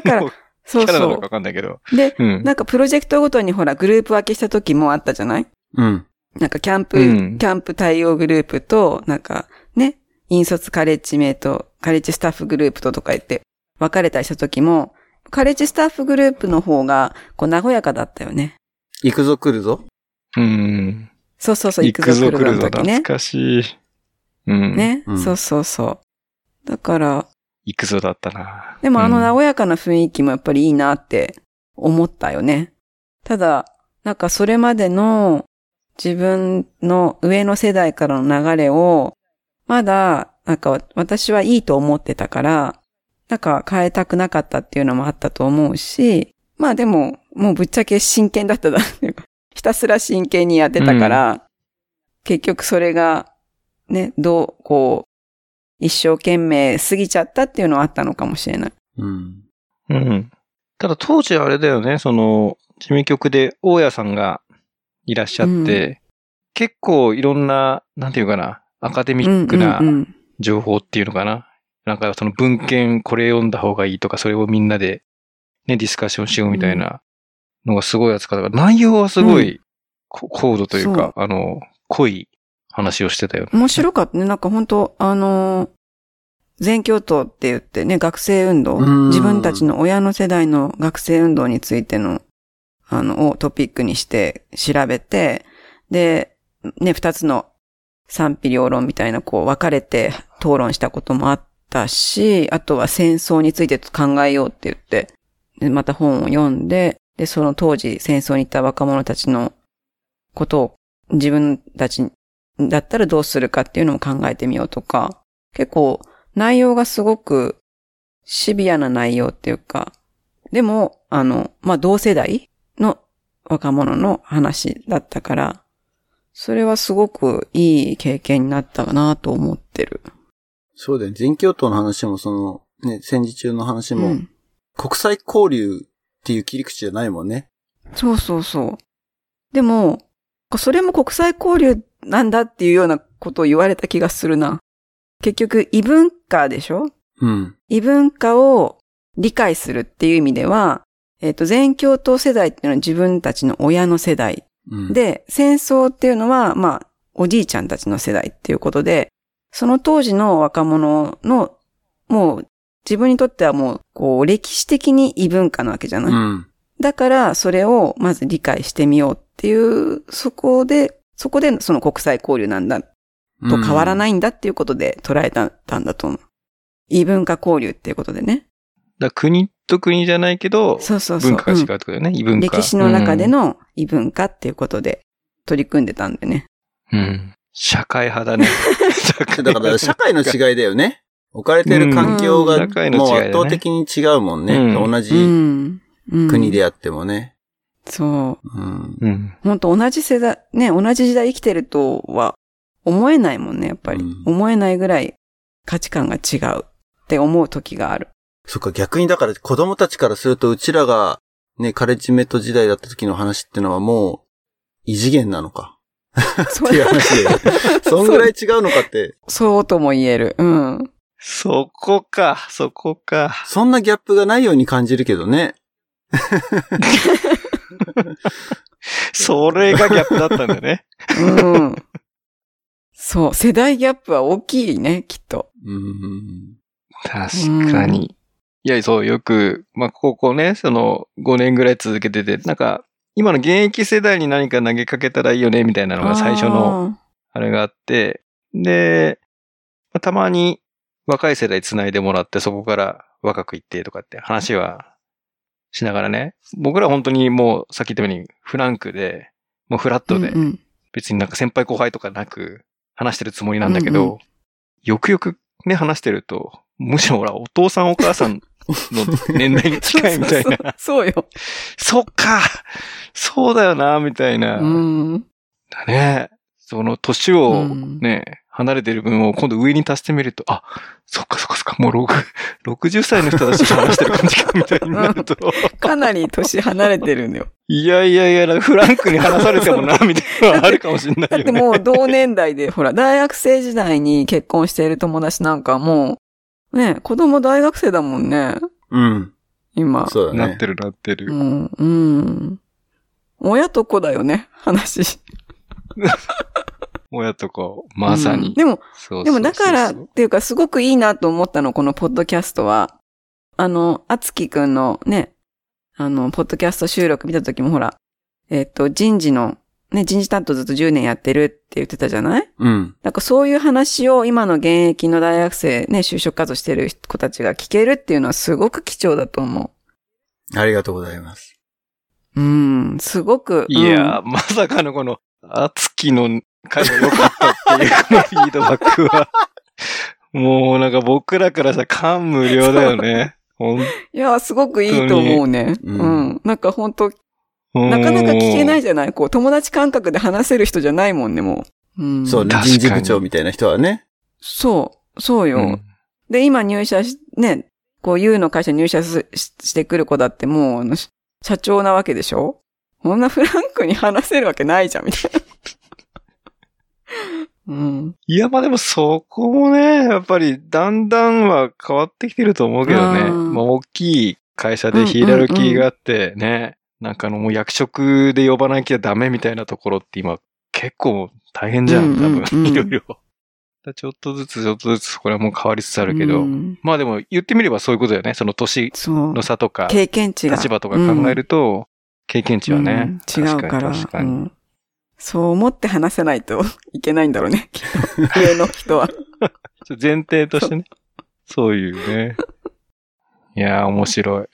<laughs> から、そキうャラなのそかわかんないけど。う。で、うん。なんかプロジェクトごとにほら、グループ分けした時もあったじゃないうん。なんかキャンプ、うんキャンプ対応グループと、なんかね、引率カレッジメイト、カレッジスタッフグループととか言って分かれたりした時も、カレッジスタッフグループの方が、こう、和やかだったよね。行くぞ来るぞ。うん。そうそうそう、行くぞ来来るのぞ、時懐ね。かしい。うん。ね、うんそうそうそう。だから、行くぞだったな。でもあのうん和やかな雰囲気もやっぱりいいなって思ったよね。ただ、なんかそれまでの自分の上の世代からの流れを、まだ、なんか私はいいと思ってたから、なんか変えたくなかったっていうのもあったと思うし、まあでも、もうぶっちゃけ真剣だったなっていうか、 <laughs> ひたすら真剣にやってたから、結局それが、ね、どう、こう、一生懸命過ぎちゃったっていうのはあったのかもしれない。うん。うん。ただ当時はあれだよね、その、事務局で大家さんがいらっしゃって、う結構いろんな、なんていうかな、アカデミックなうんうんうん情報っていうのかな。なんかその文献これ読んだ方がいいとか、それをみんなでね、ディスカッションしようみたいなのがすごい扱ったから、内容はすごいこ高度というか、あの、濃い話をしてたよね。面白かったね。なんか本当あのー全教頭って言ってね、学生運動うん、自分たちの親の世代の学生運動についての、あの、をトピックにして調べて、で、ね、二つの賛否両論みたいな、こう、分かれて討論したこともあったし、あとは戦争について考えようって言って、でまた本を読んで、で、その当時戦争に行った若者たちのことを自分たちだったらどうするかっていうのを考えてみようとか、結構内容がすごくシビアな内容っていうか、でも、あの、まあ、同世代の若者の話だったから、それはすごくいい経験になったかなと思ってる。そうだよ。全教頭の話も、その、ね、戦時中の話も、うん国際交流っていう切り口じゃないもんね。そうそうそう。でも、それも国際交流なんだっていうようなことを言われた気がするな。結局、異文化でしょうん。異文化を理解するっていう意味では、えっ、と、全教頭世代っていうのは自分たちの親の世代。うん、で、戦争っていうのは、まあ、おじいちゃんたちの世代っていうことで、その当時の若者の、もう、自分にとってはもう、こう、歴史的に異文化なわけじゃない。うん。。だから、それをまず理解してみようっていう、そこで、そこでその国際交流なんだと変わらないいんだっていうことで捉えたたんだと思う。異文化交流っていうことでね。だから国と国じゃないけど、そうそうそ文う。化が違うっうてことだよね、異文ん化。歴史の中でうん、の異文化っていうことで取り組んでたんでね。うん社会派だ <laughs> ね。社会 <laughs> だから、社会の違いだよね。置かれてる環境が、うん社会のも違いうだね圧倒的に違うもんね。う同んうじん。うん国で。あってもね。そうう。ん。うん。本当同じ世代、ね、同じ時代生きてるとは思えないもんね、やっぱり。うん思えないぐらい価値観が違うって思う時が <laughs> ある。そっか、逆にだから子供たちからすると、うちらが、ね、カレッジメット時代だった時の話ってのはもう、異次元なのか。そっていうう、 <laughs> 話で。そんぐらい違うのかって、そうとも言える。うん。そこか、そこか。そんなギャップがないように感じるけどね。それがギャップだったんだよ <laughs> ね。うん。そう。世代ギャップは大きいね、きっと。うん。確かに。いや、そう、よく、まあ、ここね、その、5年ぐらい続けてて、なんか、今の現役世代に何か投げかけたらいいよね、みたいなのが最初の、あれがあって、で、まあたまに若い世代繋いでもらって、そこから若く行ってとかって話はしながらね、僕ら本当にもう、さっき言ったように、フランクで、もうフラッあー、トで、うんうん <laughs> 別になんか先輩後輩とかなく話してるつもりなんだけど、うんうよくよくね、話してると、むしろほら、お父さんお母さんの年代に近いみたい <laughs> そうな。そうそうよ。そっかそうだよな、みたいな。うん。だね。その年をね、離れてる分を今度上に足してみると、あ、そっかそっかそっか、もう6 60歳の人たちと話してる感じかみたいになると、かなり年離れてるんだよ。 <laughs> いやいやいや、フランクに話されても <laughs> な、みたいなのはあるかもしれなだっいてよね。もう同年 <laughs> 代で、ほら、大学生時代に結婚している友達なんかもう、ね、子供大学生だもんね、うん。今。そうだね。なってるなってる。もう、うん。親と子だよね、話。親とか、まさうんに。でも、そうそうそうそうでもだからっていうか、すごくいいなと思ったの、このポッドキャストは。あの、あつきくんのね、あの、ポッドキャスト収録見た時もほら、えっ、と、人事の、ね、人事担当ずっと10年やってるって言ってたじゃないうん。なんかそういう話を今の現役の大学生、ね、就職活動してる子たちが聞けるっていうのはすごく貴重だと思ありがとうございます。う。うん、すごく。いやー、まさかのこの、あつきの回が良かったっていう、このフィードバックは。もうなんか僕らからしたら感無量だよ <laughs> ね。ほんうんいやー、すごくいいと思うね。ううんん、なんか本当なかなか聞けない。じゃないこう、友達感覚で話せる人じゃないもんね、もう。うん、そうね。確人かに事部長みたいな人はね。そう、そううよ。んで、今入社し、ね、こう、U の会社に入社すししてくる子だってもうあの、し社長なわけでしょこんなフランクに話せるわけないじゃん、みたい <laughs> な。うん。いや、まあでもそこもね、やっぱりだんだんは変わってきてると思うけどね。うんまあ大きい会社でヒエラルキーがあってね、なんかあのもう役職で呼ばなきゃダメみたいなところって今結構大変じゃん、多分。 <laughs> うんうんうんいろいろ。だからちょっとずつちょっとずつこれはもう変わりつつああるけど、まあでも言ってみればそういうことだよね。その年そうの。差とか、経験値が。立場とか考えると、経験値はね、うん違う確かからに確かうに。んそう思って話せないといけないんだろうね、きっと上の <laughs> 人は。ちょっと前提としてね。そういうね。いやー、面白い。い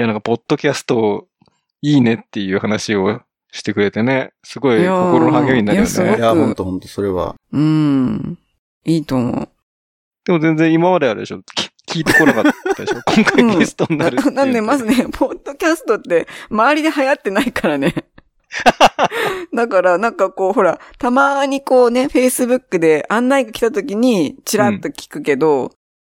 や、なんか、ポッドキャスト、いいねっていう話をしてくれてね。すごいいやー心の励みになるよいやすごい僕ね。や、ほんとほんと、それは。うん。いいと思う。でも全然今まであれでしょ。き聞いてこなかったで <laughs> しょ。今う回んゲストになるっていう、 <laughs> なんで、まずね、ポッドキャストって、周りで流行ってないから <laughs> ね。だから、なんかこう、ほら、たまにこうね、Facebook で案内が来た時に、チラッと聞くけど、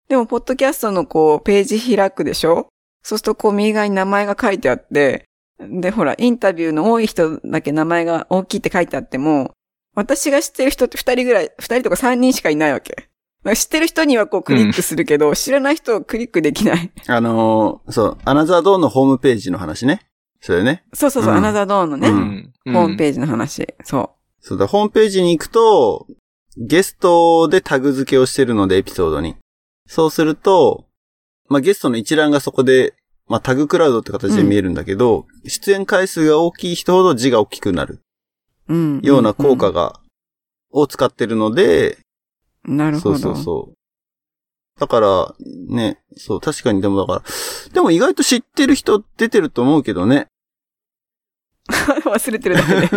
でも、ポッドキャストのこう、ページ開くでしょそうすると、こう、右側に名前が書いてあって、で、ほら、インタビューの多い人だけ名前が大きいって書いてあっても、私が知ってる人って二人ぐらい、二人とか三人しかいないわけ。だから知ってる人にはこうクリックするけど、知らない人はクリックできない。あのーそう、アナザードーンのホームページの話ね。それね。そうそうそう、うんアナザードーンのね、ううん、うん。ホームページの話。そそうだ、ホームページに行くと、ゲストでタグ付けをしてるので、エピソードに。そうすると、まあ、ゲストの一覧がそこで、まあ、タグクラウドって形で見えるんだけど、出演回数が大きい人ほど字が大きくなるう。うん。ような効果が。が、を使ってるので、なるそほうど。そうそう。だから、ね、そう、確かにでもだから、でも意外と知ってる人出てると思うけどね。 <laughs> 忘れてる <laughs> だけで。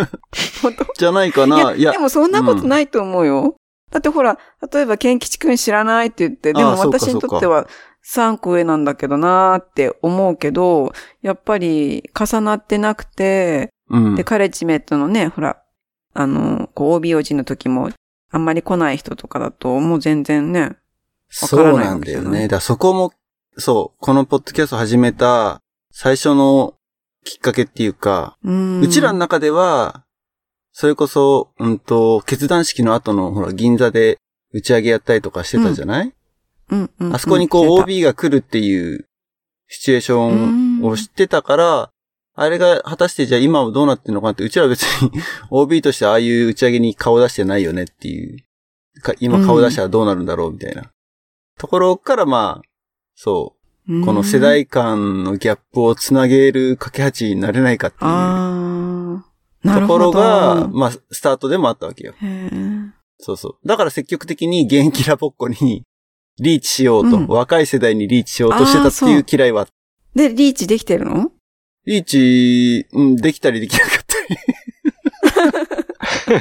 本当じゃないかな。いいやや、で、もそんなことないと思うよ。だってほら、例えば、ケンキチ君知らないって言って、でああもそうか私にとっては3個上なんだけどなーって思うけど、やっぱり重なってなくて、うんで、。カレッジメットのね、ほら、あの、こう、OB おじの時も、あんまり来ない人とかだと、もう全然ね、そうなんだよね。だからそこも、そう、このポッドキャスト始めた最初のきっかけっていうか、うん。うちらの中では、それこそ、うんと、決断式の後の、ほら、銀座で打ち上げやったりとかしてたじゃない、うんうんうんあそこにこう、来てた OB が来るっていうシチュエーションを知ってたから、あれが果たしてじゃあ今はどうなってんのかなって、うちらは別に <laughs> OB としてああいう打ち上げに顔出してないよねっていう、か今顔出したらどうなるんだろうみたいな、ところからまあ、そう、この世代間のギャップをつなげる架け橋になれないかっていうああ、なとるころほど。が、まあ、スタートでもあったわけよ。へーそうそう。だから積極的に現役ラボっ子に <laughs> リーチしようと、うん若い世代にリーチしようとしてたってあいーう嫌いはあったで、リーチできてるのリーチ、うん、できたりできなかったり。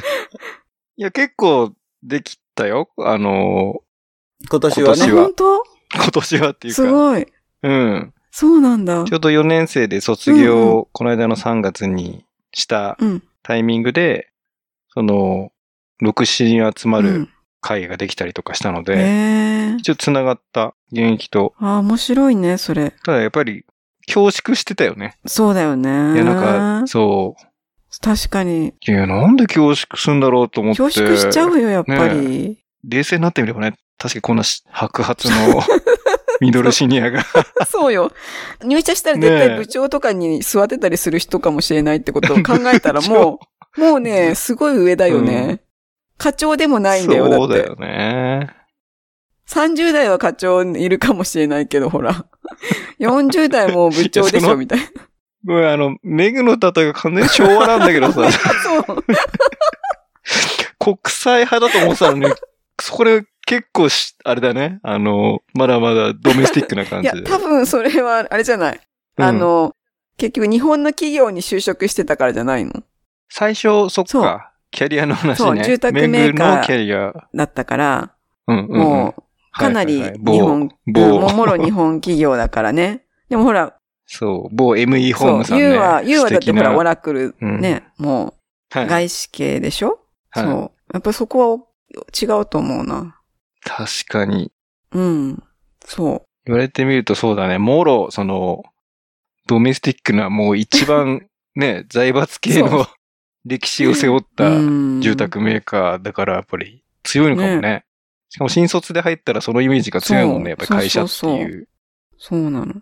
いや、結構できたよ。あの今年は今ね年。あは本当ー、今年はっていうか。すごい。うん。そうなんだ。ちょうど4年生で卒業うんをこの間の3月にしたうん。タイミングで、その、6、7人集まうるん会ができたりとかしたのえで、え一応繋がった現役と、あー、面白いね、それ。ただやっぱり恐縮してたよね。そうだよね。いや、なんか、そう、確かに。いや、なんで恐縮するんだろうと思って。恐縮しちゃうよ、やっぱり。冷静になってみればね、確かにこんなし白髪 <laughs> のミドルシニアが。そうよ。入社したら絶対部長とかに座ってたりする人かもしれないっ <laughs> てことを考えたらもう、もうね、すごい上だよね。う課長でもないんだよ、だそうっだてよ。ね。 30代は課長いるかもしれないけど、ほら。40代もう部長でいやしそょ、のみ <laughs> たいな。ごめん、あの、メグの例えが完全に昭和なんだけどさ、そう。国際派だと思ってた <laughs> のに、それ結構し、あれだね。あの、まだまだドメスティックな感いじやで。、多分それは、あれじゃない。うんあの、結局日本の企業に就職してたからじゃないの最初、そっそうか。キャリアの話そうね。住宅メーカーメグのキャリア。だったから、うんうんうん、もう、かなはりいはいはい日本、某うん某もろ日本企業だからね。でもほ <laughs> ら、そう、某 ME ホーそうム、さんね。ユーは、ユーはだってほら、オ笑ラクルね、もはう、い、はい、外資系でしょ、そう。やっぱそこは違うと思うな。確かに。うん。そう。言われてみるとそうだね。もろ、その、ドメスティックな、もう一番ね、 <laughs> 財閥系その歴史を背負ったうん住宅メーカーだから、やっぱり強いのかもね。しかも新卒で入ったらそのイメージが強いもんね、やっぱりそう会社っていう。そうそうそうなの。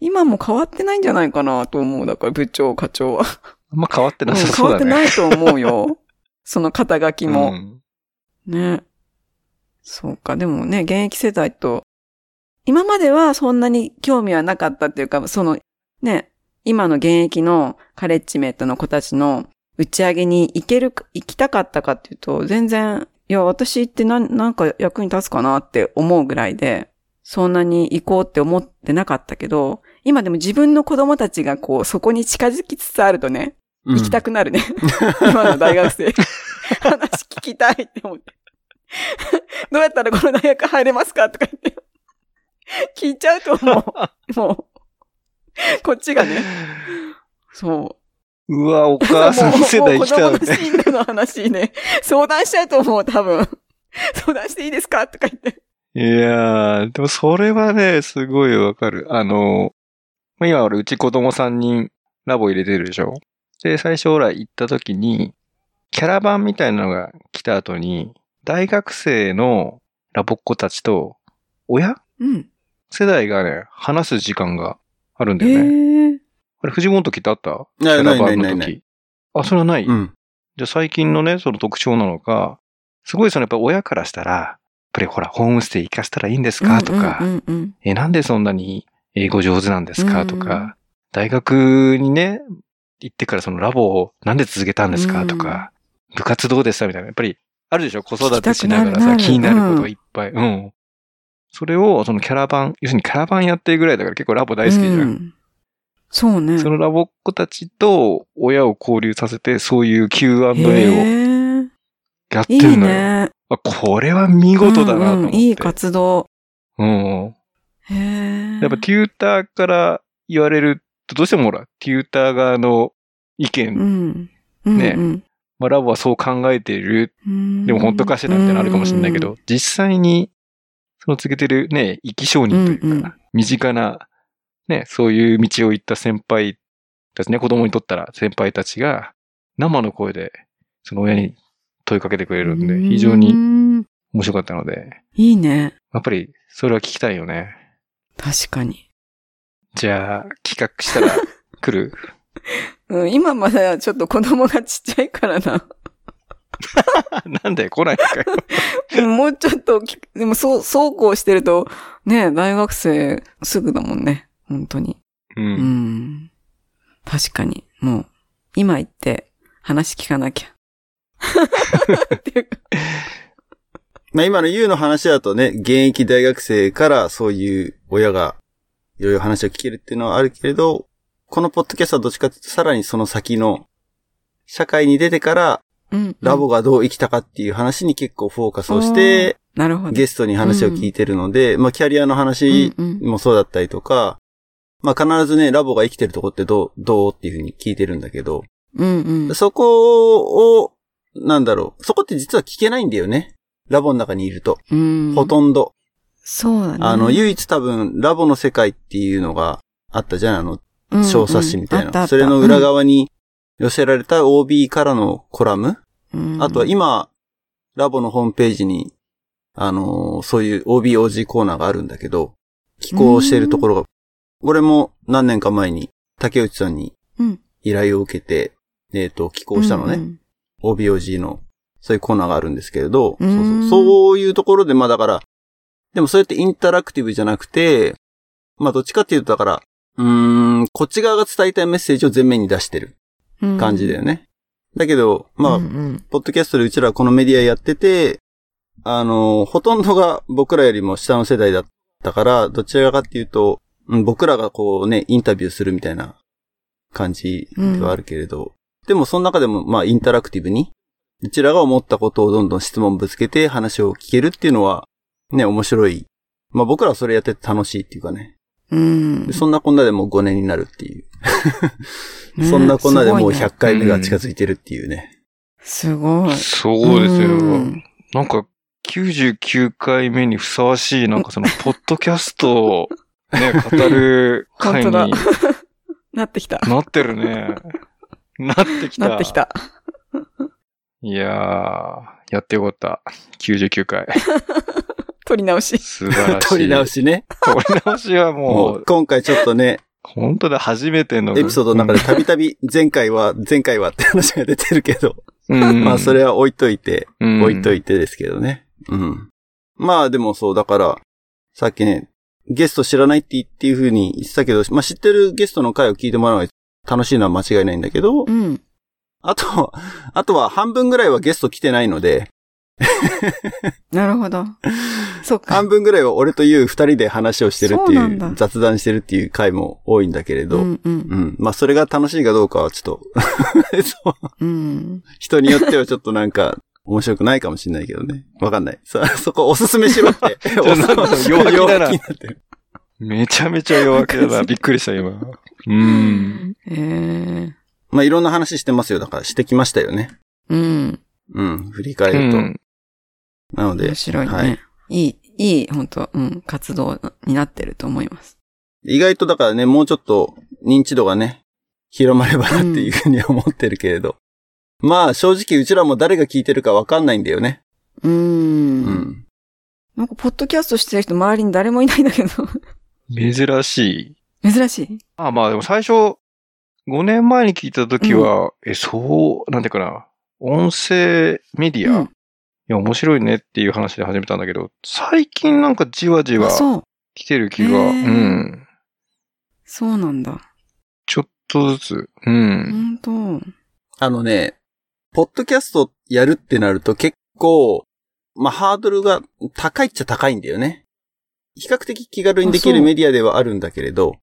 今も変わってないんじゃないかなと思う。だから部長、課長は。あんま変わってうんなさ変そうわっだてね。ないと思うよ。その肩書きうも。んね。そうか。でもね、現役世代と、今まではそんなに興味はなかったっていうか、その、ね、今の現役のカレッジメイトの子たちの打ち上げに行けるか、行きたかったかっていうと、全然、いや、私ってなん、なんか役に立つかなって思うぐらいで、そんなに行こうって思ってなかったけど、今でも自分の子供たちがこう、そこに近づきつつあるとね、行きたく。くなるね。 <laughs> 今の大学 <laughs> 生。話聞きたいって思って。どうやったらこの大学入れますかとか言って。聞いちゃうと思 <laughs> う。もう。こっち <laughs> がね。そうわ、おう。母さんもう世代来た <laughs> もよう子供のね。進路の話ね。相談しちゃうと思う、多分。相談していいですかとか言って。いやー、でもそれはね、すごいわかる。あの、まあ今俺、うち子供3人ラボ入れてるでしょで、最初ほら行った時に、キャラバンみたいなのが来た後に、大学生のラボっ子たちと、親うん。世代がね、話す時間があるんだえよね。ー、あれ、藤本家ってあったなキいャなラいバないンないのない。時。あ、それはない。うん。じゃあ最近のね、その特徴なのか、すごいそのやっぱ親からしたら、やっぱりほら、ホームステイ行かしたらいいんですかとか、うんうんうんうんえ、なんでそんなに英語上手なんですうかんとか、大学にね、行ってからそのラボをなんで続けたんですかとか、部活どうでしたみたいな。やっぱり、あるでしょ子育てしながらさ、聞きたくなる気になるこうとんいっぱい。うん。それを、そのキャラバン、要するにキャラバンやってるぐらいだから結構ラボ大好きじゃ。うんんそうね。そのラボっ子たちと親を交流させて、そういう Q&A をへーやっているいのよ。ね。あこれは見事だなと思っうんうんて。いい活動。うん。へえ。 <laughs> やっぱテューターから言われると、どうしてもほら、テューター側の意見、うん。うんねうんまあラボはそう考えている、うんでも本当かしらみたいなのあるかもしれないけど、。実際に、その告げてるね、生き証人というか、うんうん身近な、ね、そういう道を行った先輩たちね、子供にとったら先輩たちが、生の声で、その親に問いかけてくれるんで、非常にに。面白かったので、いいね。やっぱり、それは聞きたいよね。確かに。じゃあ、企画したら来 <laughs> るうん、今まだちょっと子供がちっちゃいからな。 <laughs> なんだよ、来ないのかよ。うんもうちょっとき、でもそう、そうこうしてると、ね、大学生すぐだもんね。本当に。う。うんん。確かに。もう、今行って話聞かな <laughs> きゃ。っていうかまあ今のユウの話だとね、現役大学生からそういう親がいろいろ話を聞けるっていうのはあるけれど、このポッドキャストはどっちかというとさらにその先の社会に出てからうん。ラボがどう生きたかっていう話に結構フォーカスをして、なるほど。ゲストに話を聞いてるので、まあキャリアの話うんうんもそうだったりとか、まあ必ずね、ラボが生きてるとこってどう、どうっていうふうに聞いてるんだけど、うんうん。そこを、なんだろう、そこって実は聞けないんだよね。ラボの中にいると、うん。ほとんど、そうだね。あの、唯一多分、ラボの世界っていうのがあったじゃん、あの、うんうん小冊子みたいあっな。たあったそれの裏側に寄せられた OB からのコラム。うんあとは今、ラボのホームページに、あのーそういう OBOG コーナーがあるんだけど、寄稿しているところが、これも何年か前に竹内さんにうん依頼を受けて、えっ、と、寄稿したのね。うん OBOG の、そういうコーナーがあるんですけれど、うそーうんそうそういうところで、まあだから、でもそれってインタラクティブじゃなくて、まあどっちかっていうとだから、うーん、こっち側が伝えたいメッセージを前面に出してるうん感じだよね。だけど、まあ、うんうんポッドキャストでうちらはこのメディアやってて、あの、ほとんどが僕らよりも下の世代だったから、どちらかっていうと、うん僕らがこうね、インタビューするみたいな感じではあるけれど、でもその中でもまあインタラクティブに、うちらが思ったことをどんどん質問ぶつけて話を聞けるっていうのは、ね、面白い。まあ僕らはそれやってて楽しいっていうかね。うんで。そんなこんなでもう5年になるっていう。ね <laughs> そんなこんなでもうすごいね100回目が近づいてるっていうね。すごい。そうですようん。なんか、99回目にふさわしい、なん <laughs> かその、ポッドキャストを、ね、語る回に本当だななってきた。って <laughs> るね。なってきた。なってき。た。いやー、やってよかった。99回。取り直し。素晴らしい。取り直。しね。取り直しはももうう、今回ちょっとね、本当だ、初めての。エピソードの中でたびたび前回は、前回はって話が出てるけど、うん、まあそれ、れは置いといて、置いといいてですけどね。うん。まあでもそう、だから、さっきね、ゲスト知らないってっていう風に言ってたけど、まあ知ってるゲストの回を聞いてもらうのが楽しいのは間違いないんだけど、うん。あとは、あとは半分ぐらいはゲスト来てないの <laughs> で、なるほど。そうか。半分ぐらいは俺という二人で話をしてるってそうなんいだう、雑談してるっていう回も多いんだけれど、うんううんん。まあ、それが楽しいかどうかはちょっとそう、うん。人によってはちょっとなんか、面白くないかもしれないけどね。わかんない。さあ、 <laughs> そこおすすめしろ <laughs> って。ょなんか弱気だな弱気になってる。めちゃめちゃ弱気だな。びっくりした、今。うん。えーまあ、いろんな話してますよ。だから、してきましたよね。うん。うん。振り返ると。うんなので面、白いね。、はいいい、い本当うん、活動になってると思います。意外とだからね、もうちょっと認知度がね、広まればなっていうふうには思ってるけれど。まあ、正直うちらも誰が聞いてるかわかんないんだよね。うーん。うん。なんか、ポッドキャストしてる人周りに誰もいないんだけど。 <laughs> 珍しい。珍しい。あ、まあでも最初、5年前に聞いた時は、え、そう、なんていうかな。音声メディア、うんいや、面白いねっていう話で始めたんだけど、最近なんかじわじわあそう。来てる気が、へうーん。そうなんだ。ちょっとずつ、うん。本当あのね、ポッドキャストやるってなると結構、まあ、ハードルが高いっちゃ高いんだよね。比較的気軽にできあそるうメディアではあるんだけれど、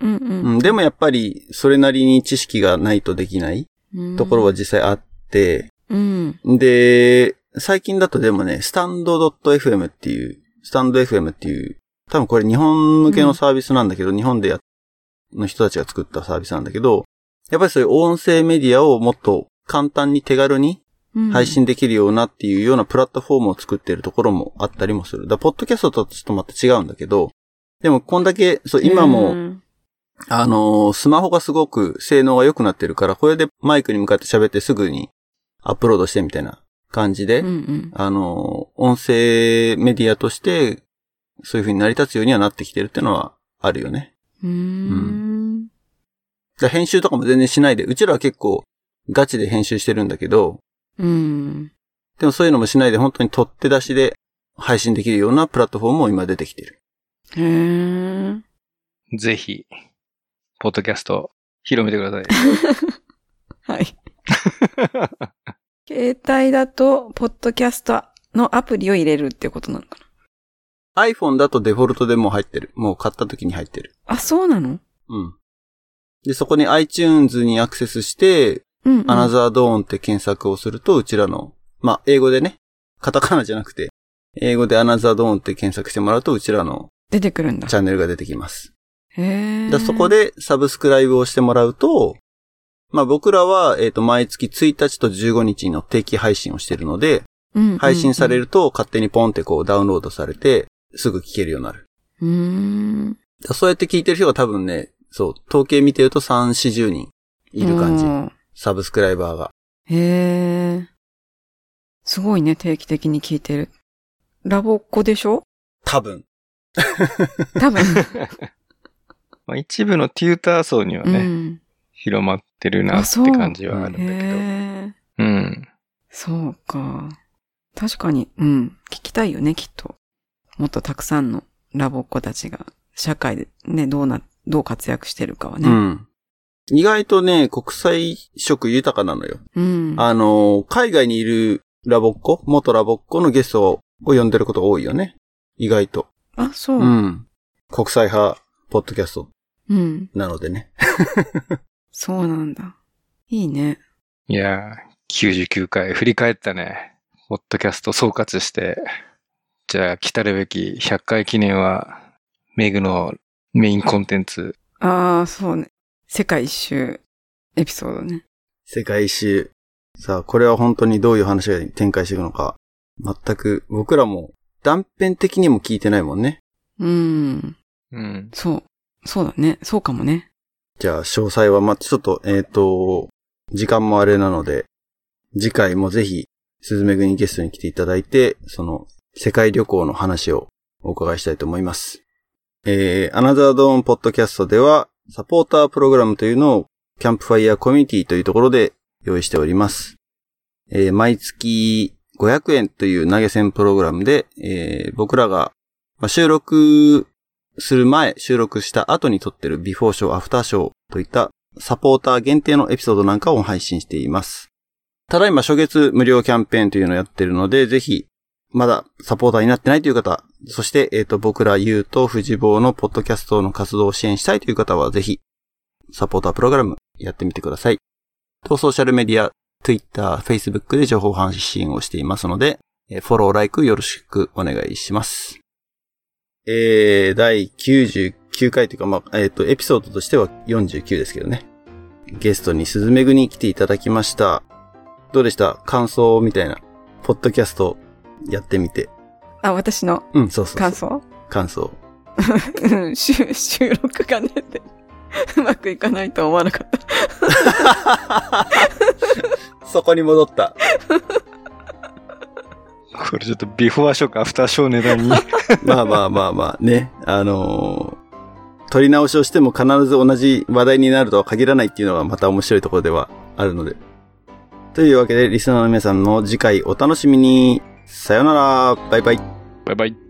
うんうん、でもやっぱりそれなりに知識がないとできないうん。ところは、実際あって、うん。で、最近だとでもね、スタンド .fm っていう、スタンド FM っていう、多分これ日本向けのサービスなんだけど、日本でや、の人たちが作ったサービスなんだけど、やっぱりそういう音声メディアをもっと簡単に手軽にうん配。信できるようなっていうようなプラットフォームを作ってるところもあったりもする。だからポッドキャストとちょっとまた違うんだけど、でもこんだけ、そう、今も、うんあのースマホがすごく性能が良くなってるから、これでマイクに向かって喋ってすぐにアップロードしてみたいな感じで、うんうん。あのー音声メディアとして、そういう風に成り立つようにはなってきてるっていうのはあるよね。うーだん。から編集とかも全然しないで、うちらは結構ガチで編集してるんだけど、うん。でもそういうのもしないで本当に取って出しで配信できるようなプラットフォームも今出てきてる。へー。ぜひ、ポッドキャスト、広めてく <laughs> ださい。はい。携帯だと、ポッドキャストのアプリを入れるっていうことなのかな iPhone だとデフォルトでもう入ってる。もう買った時に入ってる。あ、そうなのうん。で、そこに iTunes にアクセスして、うん、うん。アナザードーンって検索をすると、うちらの、まあ、英語でね、カタカナじゃなくて、英語でアナザードーンって検索してもらうと、うちらの出てくるんだ。チャンネルが出てきます。へーだそこ、でサブスクライブをしてもらうと、まあ僕らは、えっ、と、毎月1日と15日の定期配信をしてるので、うん配信され。ると勝手にポンってこうダウンロードされて、すぐ聞けるようになる。うーん。だからそうやって聞いてる人が多分ね、そう、統計見てると3、40人いる感じう。んサブスクライバーが。へえ。すごいね、定期的に聞いてる。ラボっ子でしょ多分。多分。まあ、一部のテューター層にはうね、ん。広まってるなあってそう感じはあるへんだけど。うえ。ん。そうか。確かに、うん。聞きたいよね、きっと。もっとたくさんのラボっ子たちが、社会でね、どうな、どう活躍してるかはうね。ん。意外とね、国際色豊かなのよ。うん。あの、海外にいるラボっ子、元ラボっ子のゲストを呼んでることが多いよね。意外と。あ、そうう。ん。国際派、ポッドキャストうん。なのでね。そうなんだ。いいね。いやー、99回振り返ったね。ポッドキャスト総括して。じゃあ、来たるべき100回記念は、メグのメインコンテンツ。ああ、そうね。世界一周エピソードね。世界一周。さあ、これは本当にどういう話が展開していくのか。全く、僕らも断片的にも聞いてないもんね。うん。うん。そう。そうだね。そうかもね。じゃあ、詳細はま、ちょっと、えっ、と、時間もあれなので、次回もぜひ、すずめぐにゲストに来ていただいて、その、世界旅行の話をお伺いしたいと思います。えー、アナザードーンポッドキャストでは、サポータープログラムというのを、キャンプファイヤーコミュニティというところで用意しております。えー、毎月500円という投げ銭プログラムで、えー、僕らが、まあ、収録する前、収録した後に撮ってるビフォーショー、アフターショーといったサポーター限定のエピソードなんかを配信しています。ただいま初月無料キャンペーンというのをやってるので、ぜひ、まだサポーターになってないという方、そして、えっ、と、僕ら U と藤坊のポッドキャストの活動を支援したいという方は、ぜひ、サポータープログラムやってみてください。と、ソーシャルメディア、Twitter、Facebook で情報発信をしていますので、えーフォロー、ライクよろしくお願いします。えー、第99回というか、まあ、えっ、と、エピソードとしては49ですけどね。ゲストにスズメグに来ていただきました。どうでした感想みたいな。ポッドキャストやってみて。あ、私のうん、そうそうそう感感想想。うん <laughs> 収収録がね <laughs> って、うまくいかないとは思わなかった。そこに戻った。これちょっとビフォーショック、アフターショー値段に。まあまあまあ <laughs> まあね。あのー撮り直しをしても必ず同じ話題になるとは限らないっていうのがまた面白いところではあるので。というわけで、リスナーの皆さんの次回お楽しみに。さよなら。バイバイ。 <laughs> バイバイ。